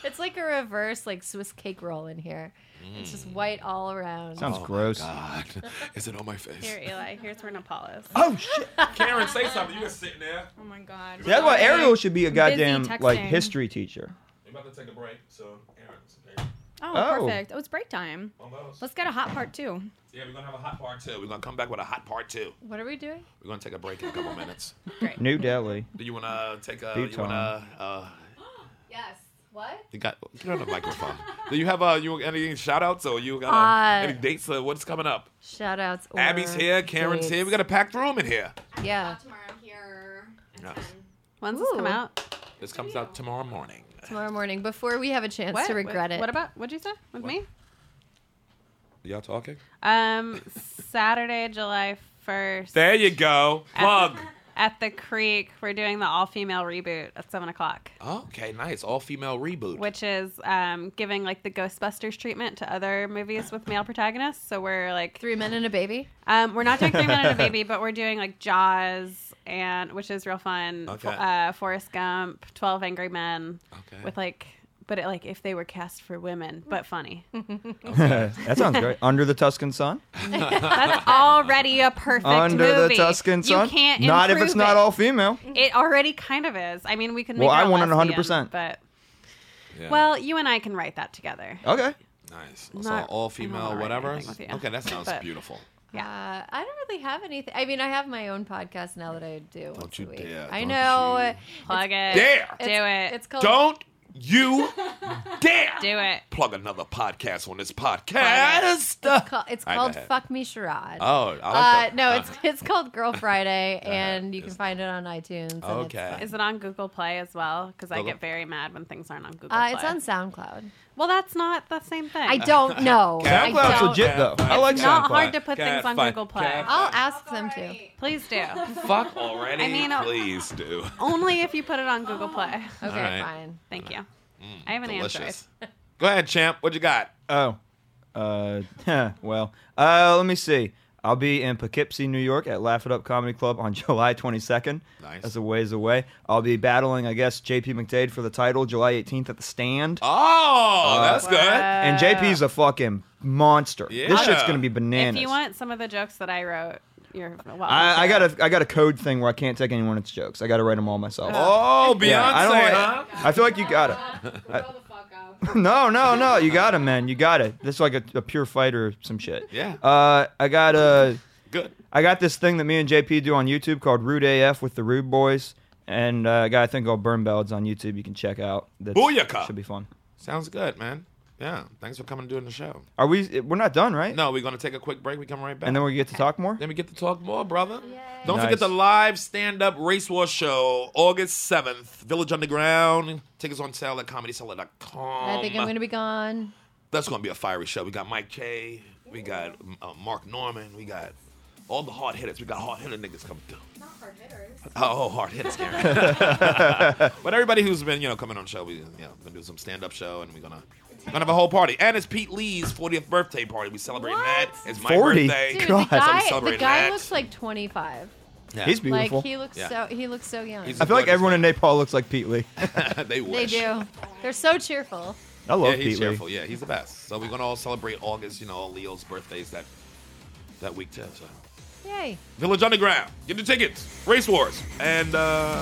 It's like a reverse like Swiss cake roll in here. It's
Mm.
just white all around.
Sounds gross.
Oh God, is it on my face?
Here, Eli, here's where Nepal is.
Oh shit!
Karen, say something. You just sitting there.
Oh my god.
That's why Ariel should be a
busy
goddamn like
texting.
history teacher.
We're about to take a break, so Aaron,
Oh,
Oh.
perfect. Oh, it's break time. Let's get a hot part two.
Yeah, we're gonna have a hot part two. We're gonna come back with a hot part two.
What are we doing?
We're gonna take a break in a couple minutes.
New Delhi.
Do you wanna take a?
Bhutan.
You wanna? Uh,
Yes. What?
you got get on the microphone. Do you have uh, you any shout outs or you got
Uh,
uh, any dates? Uh, what's coming up?
Shout outs. or
Abby's here. Karen's
dates.
here. We got a packed room in here.
Yeah.
Tomorrow I'm here.
Yes.
When's this come
Ooh.
out?
This comes out tomorrow morning.
Tomorrow morning before we have a chance to regret
what,
it.
What about what'd you say with me?
Y'all talking?
Um, Saturday, July first
There you go. Plug.
at the Creek. We're doing the all-female reboot at seven o'clock,
okay, nice. All female reboot.
which is um giving like the Ghostbusters treatment to other movies with male protagonists. So we're like
Three men and a baby.
Um, we're not doing Three Men and a Baby, but we're doing like Jaws and which is real fun.
Okay.
Uh, Forrest Gump, Twelve Angry Men,
Okay.
with like, but it, like if they were cast for women, but funny.
that sounds great. Under the Tuscan Sun.
That's already a perfect
Under
movie.
the Tuscan Sun.
You can't
not if
improve
it's not
it.
all female.
It already kind of is. I mean, we can.
Well,
make
I
it a
want it
lesbian,
100%.
But
Yeah.
well, you and I can write that together.
Okay.
nice.
I'm
So
not-
all
I don't
female,
wanna
whatever.
write anything with you.
Okay, that sounds
But-
beautiful.
Uh, I don't really have anything. I mean, I have my own podcast now that I do. Don't
you dare,
I
don't
know.
Plug it.
Dare.
Do it.
It's called.
Don't you dare
Do it.
plug another podcast on this podcast.
ca- It's
I
called
bet.
Fuck Me Charade.
Oh, I
Uh,
like that.
no, it's it's called Girl Friday, and you can
it's-
find it on iTunes. and it's
Okay.
fun.
Is it on Google Play as well? Because I
Google-
get very mad when things aren't on Google
Uh,
Play.
it's on SoundCloud.
Well, that's not the same thing.
I don't know. I
SoundCloud's
don't-
legit though. I like
It's
SoundCloud.
not hard to put
Cat
things on
fight.
Google Play.
Cat
I'll ask them to.
Please do.
Fuck already.
I mean, uh,
please do.
Only if you put it on Google Play.
Okay,
right.
fine.
Thank you. I have an
Delicious.
answer.
Go ahead, champ. What you got?
Oh, uh, well, uh, let me see. I'll be in Poughkeepsie, New York at Laugh It Up Comedy Club on July 22nd.
Nice.
That's a ways away. I'll be battling, I guess, JP McDade for the title July 18th at the stand. Uh,
Oh, that's good.
Uh,
and JP's a fucking monster. This shit's
Yeah.
going to be
If
bananas.
you want some of the jokes that I wrote, you're welcome.
I, I
to.
got a I got a code thing where I can't take anyone else's jokes. I got to write them all myself.
Oh, Beyonce,
Yeah, I don't like-
huh?
I feel like you got it. no, no, no. You got it, man. You got it. This is like a, a pure fighter or some shit.
Yeah.
Uh, I got a.
Good.
I got this thing that me and JP do on YouTube called Rude AF with the Rude Boys, and uh, I got a thing called Burn Bells on YouTube. You can check out. That's,
Booyaka.
Should be fun.
Sounds good, man. Yeah. Thanks for coming and doing the show.
Are we? We're not done, right?
No, we're gonna take a quick break. We come right back.
And then we get to talk more.
Then we get to talk more, brother. Don't
Nice.
forget the live stand-up race war show, August 7th, Village Underground. Tickets on sale at comedyseller.com.
I think I'm going to be gone.
That's going to be a fiery show. We got Mike K. We got uh, Mark Norman. We got all the hard hitters. We got hard hitter niggas coming through. Not hard hitters. Oh, hard hitters, Karen. but everybody who's been, you know, coming on the show, we, you know, gonna do some stand-up show, and we're gonna gonna have a whole party. And it's Pete Lee's 40th birthday party. We celebrating that. It's my
40?
birthday.
Dude,
God.
the
I'm
guy, the
celebrating
guy
that.
looks like 25.
Yeah.
He's beautiful.
Like he looks
Yeah.
so he looks so young.
He's-
I feel like everyone in Nepal looks like Pete Lee.
they
they
wish.
do. They're so cheerful.
I love
yeah, he's
Pete
cheerful.
Lee.
Yeah, he's the best. So we're gonna all celebrate August. You know, all Leo's birthdays that that week too. So
Yay.
Village Underground, get the tickets. Race Wars, and uh,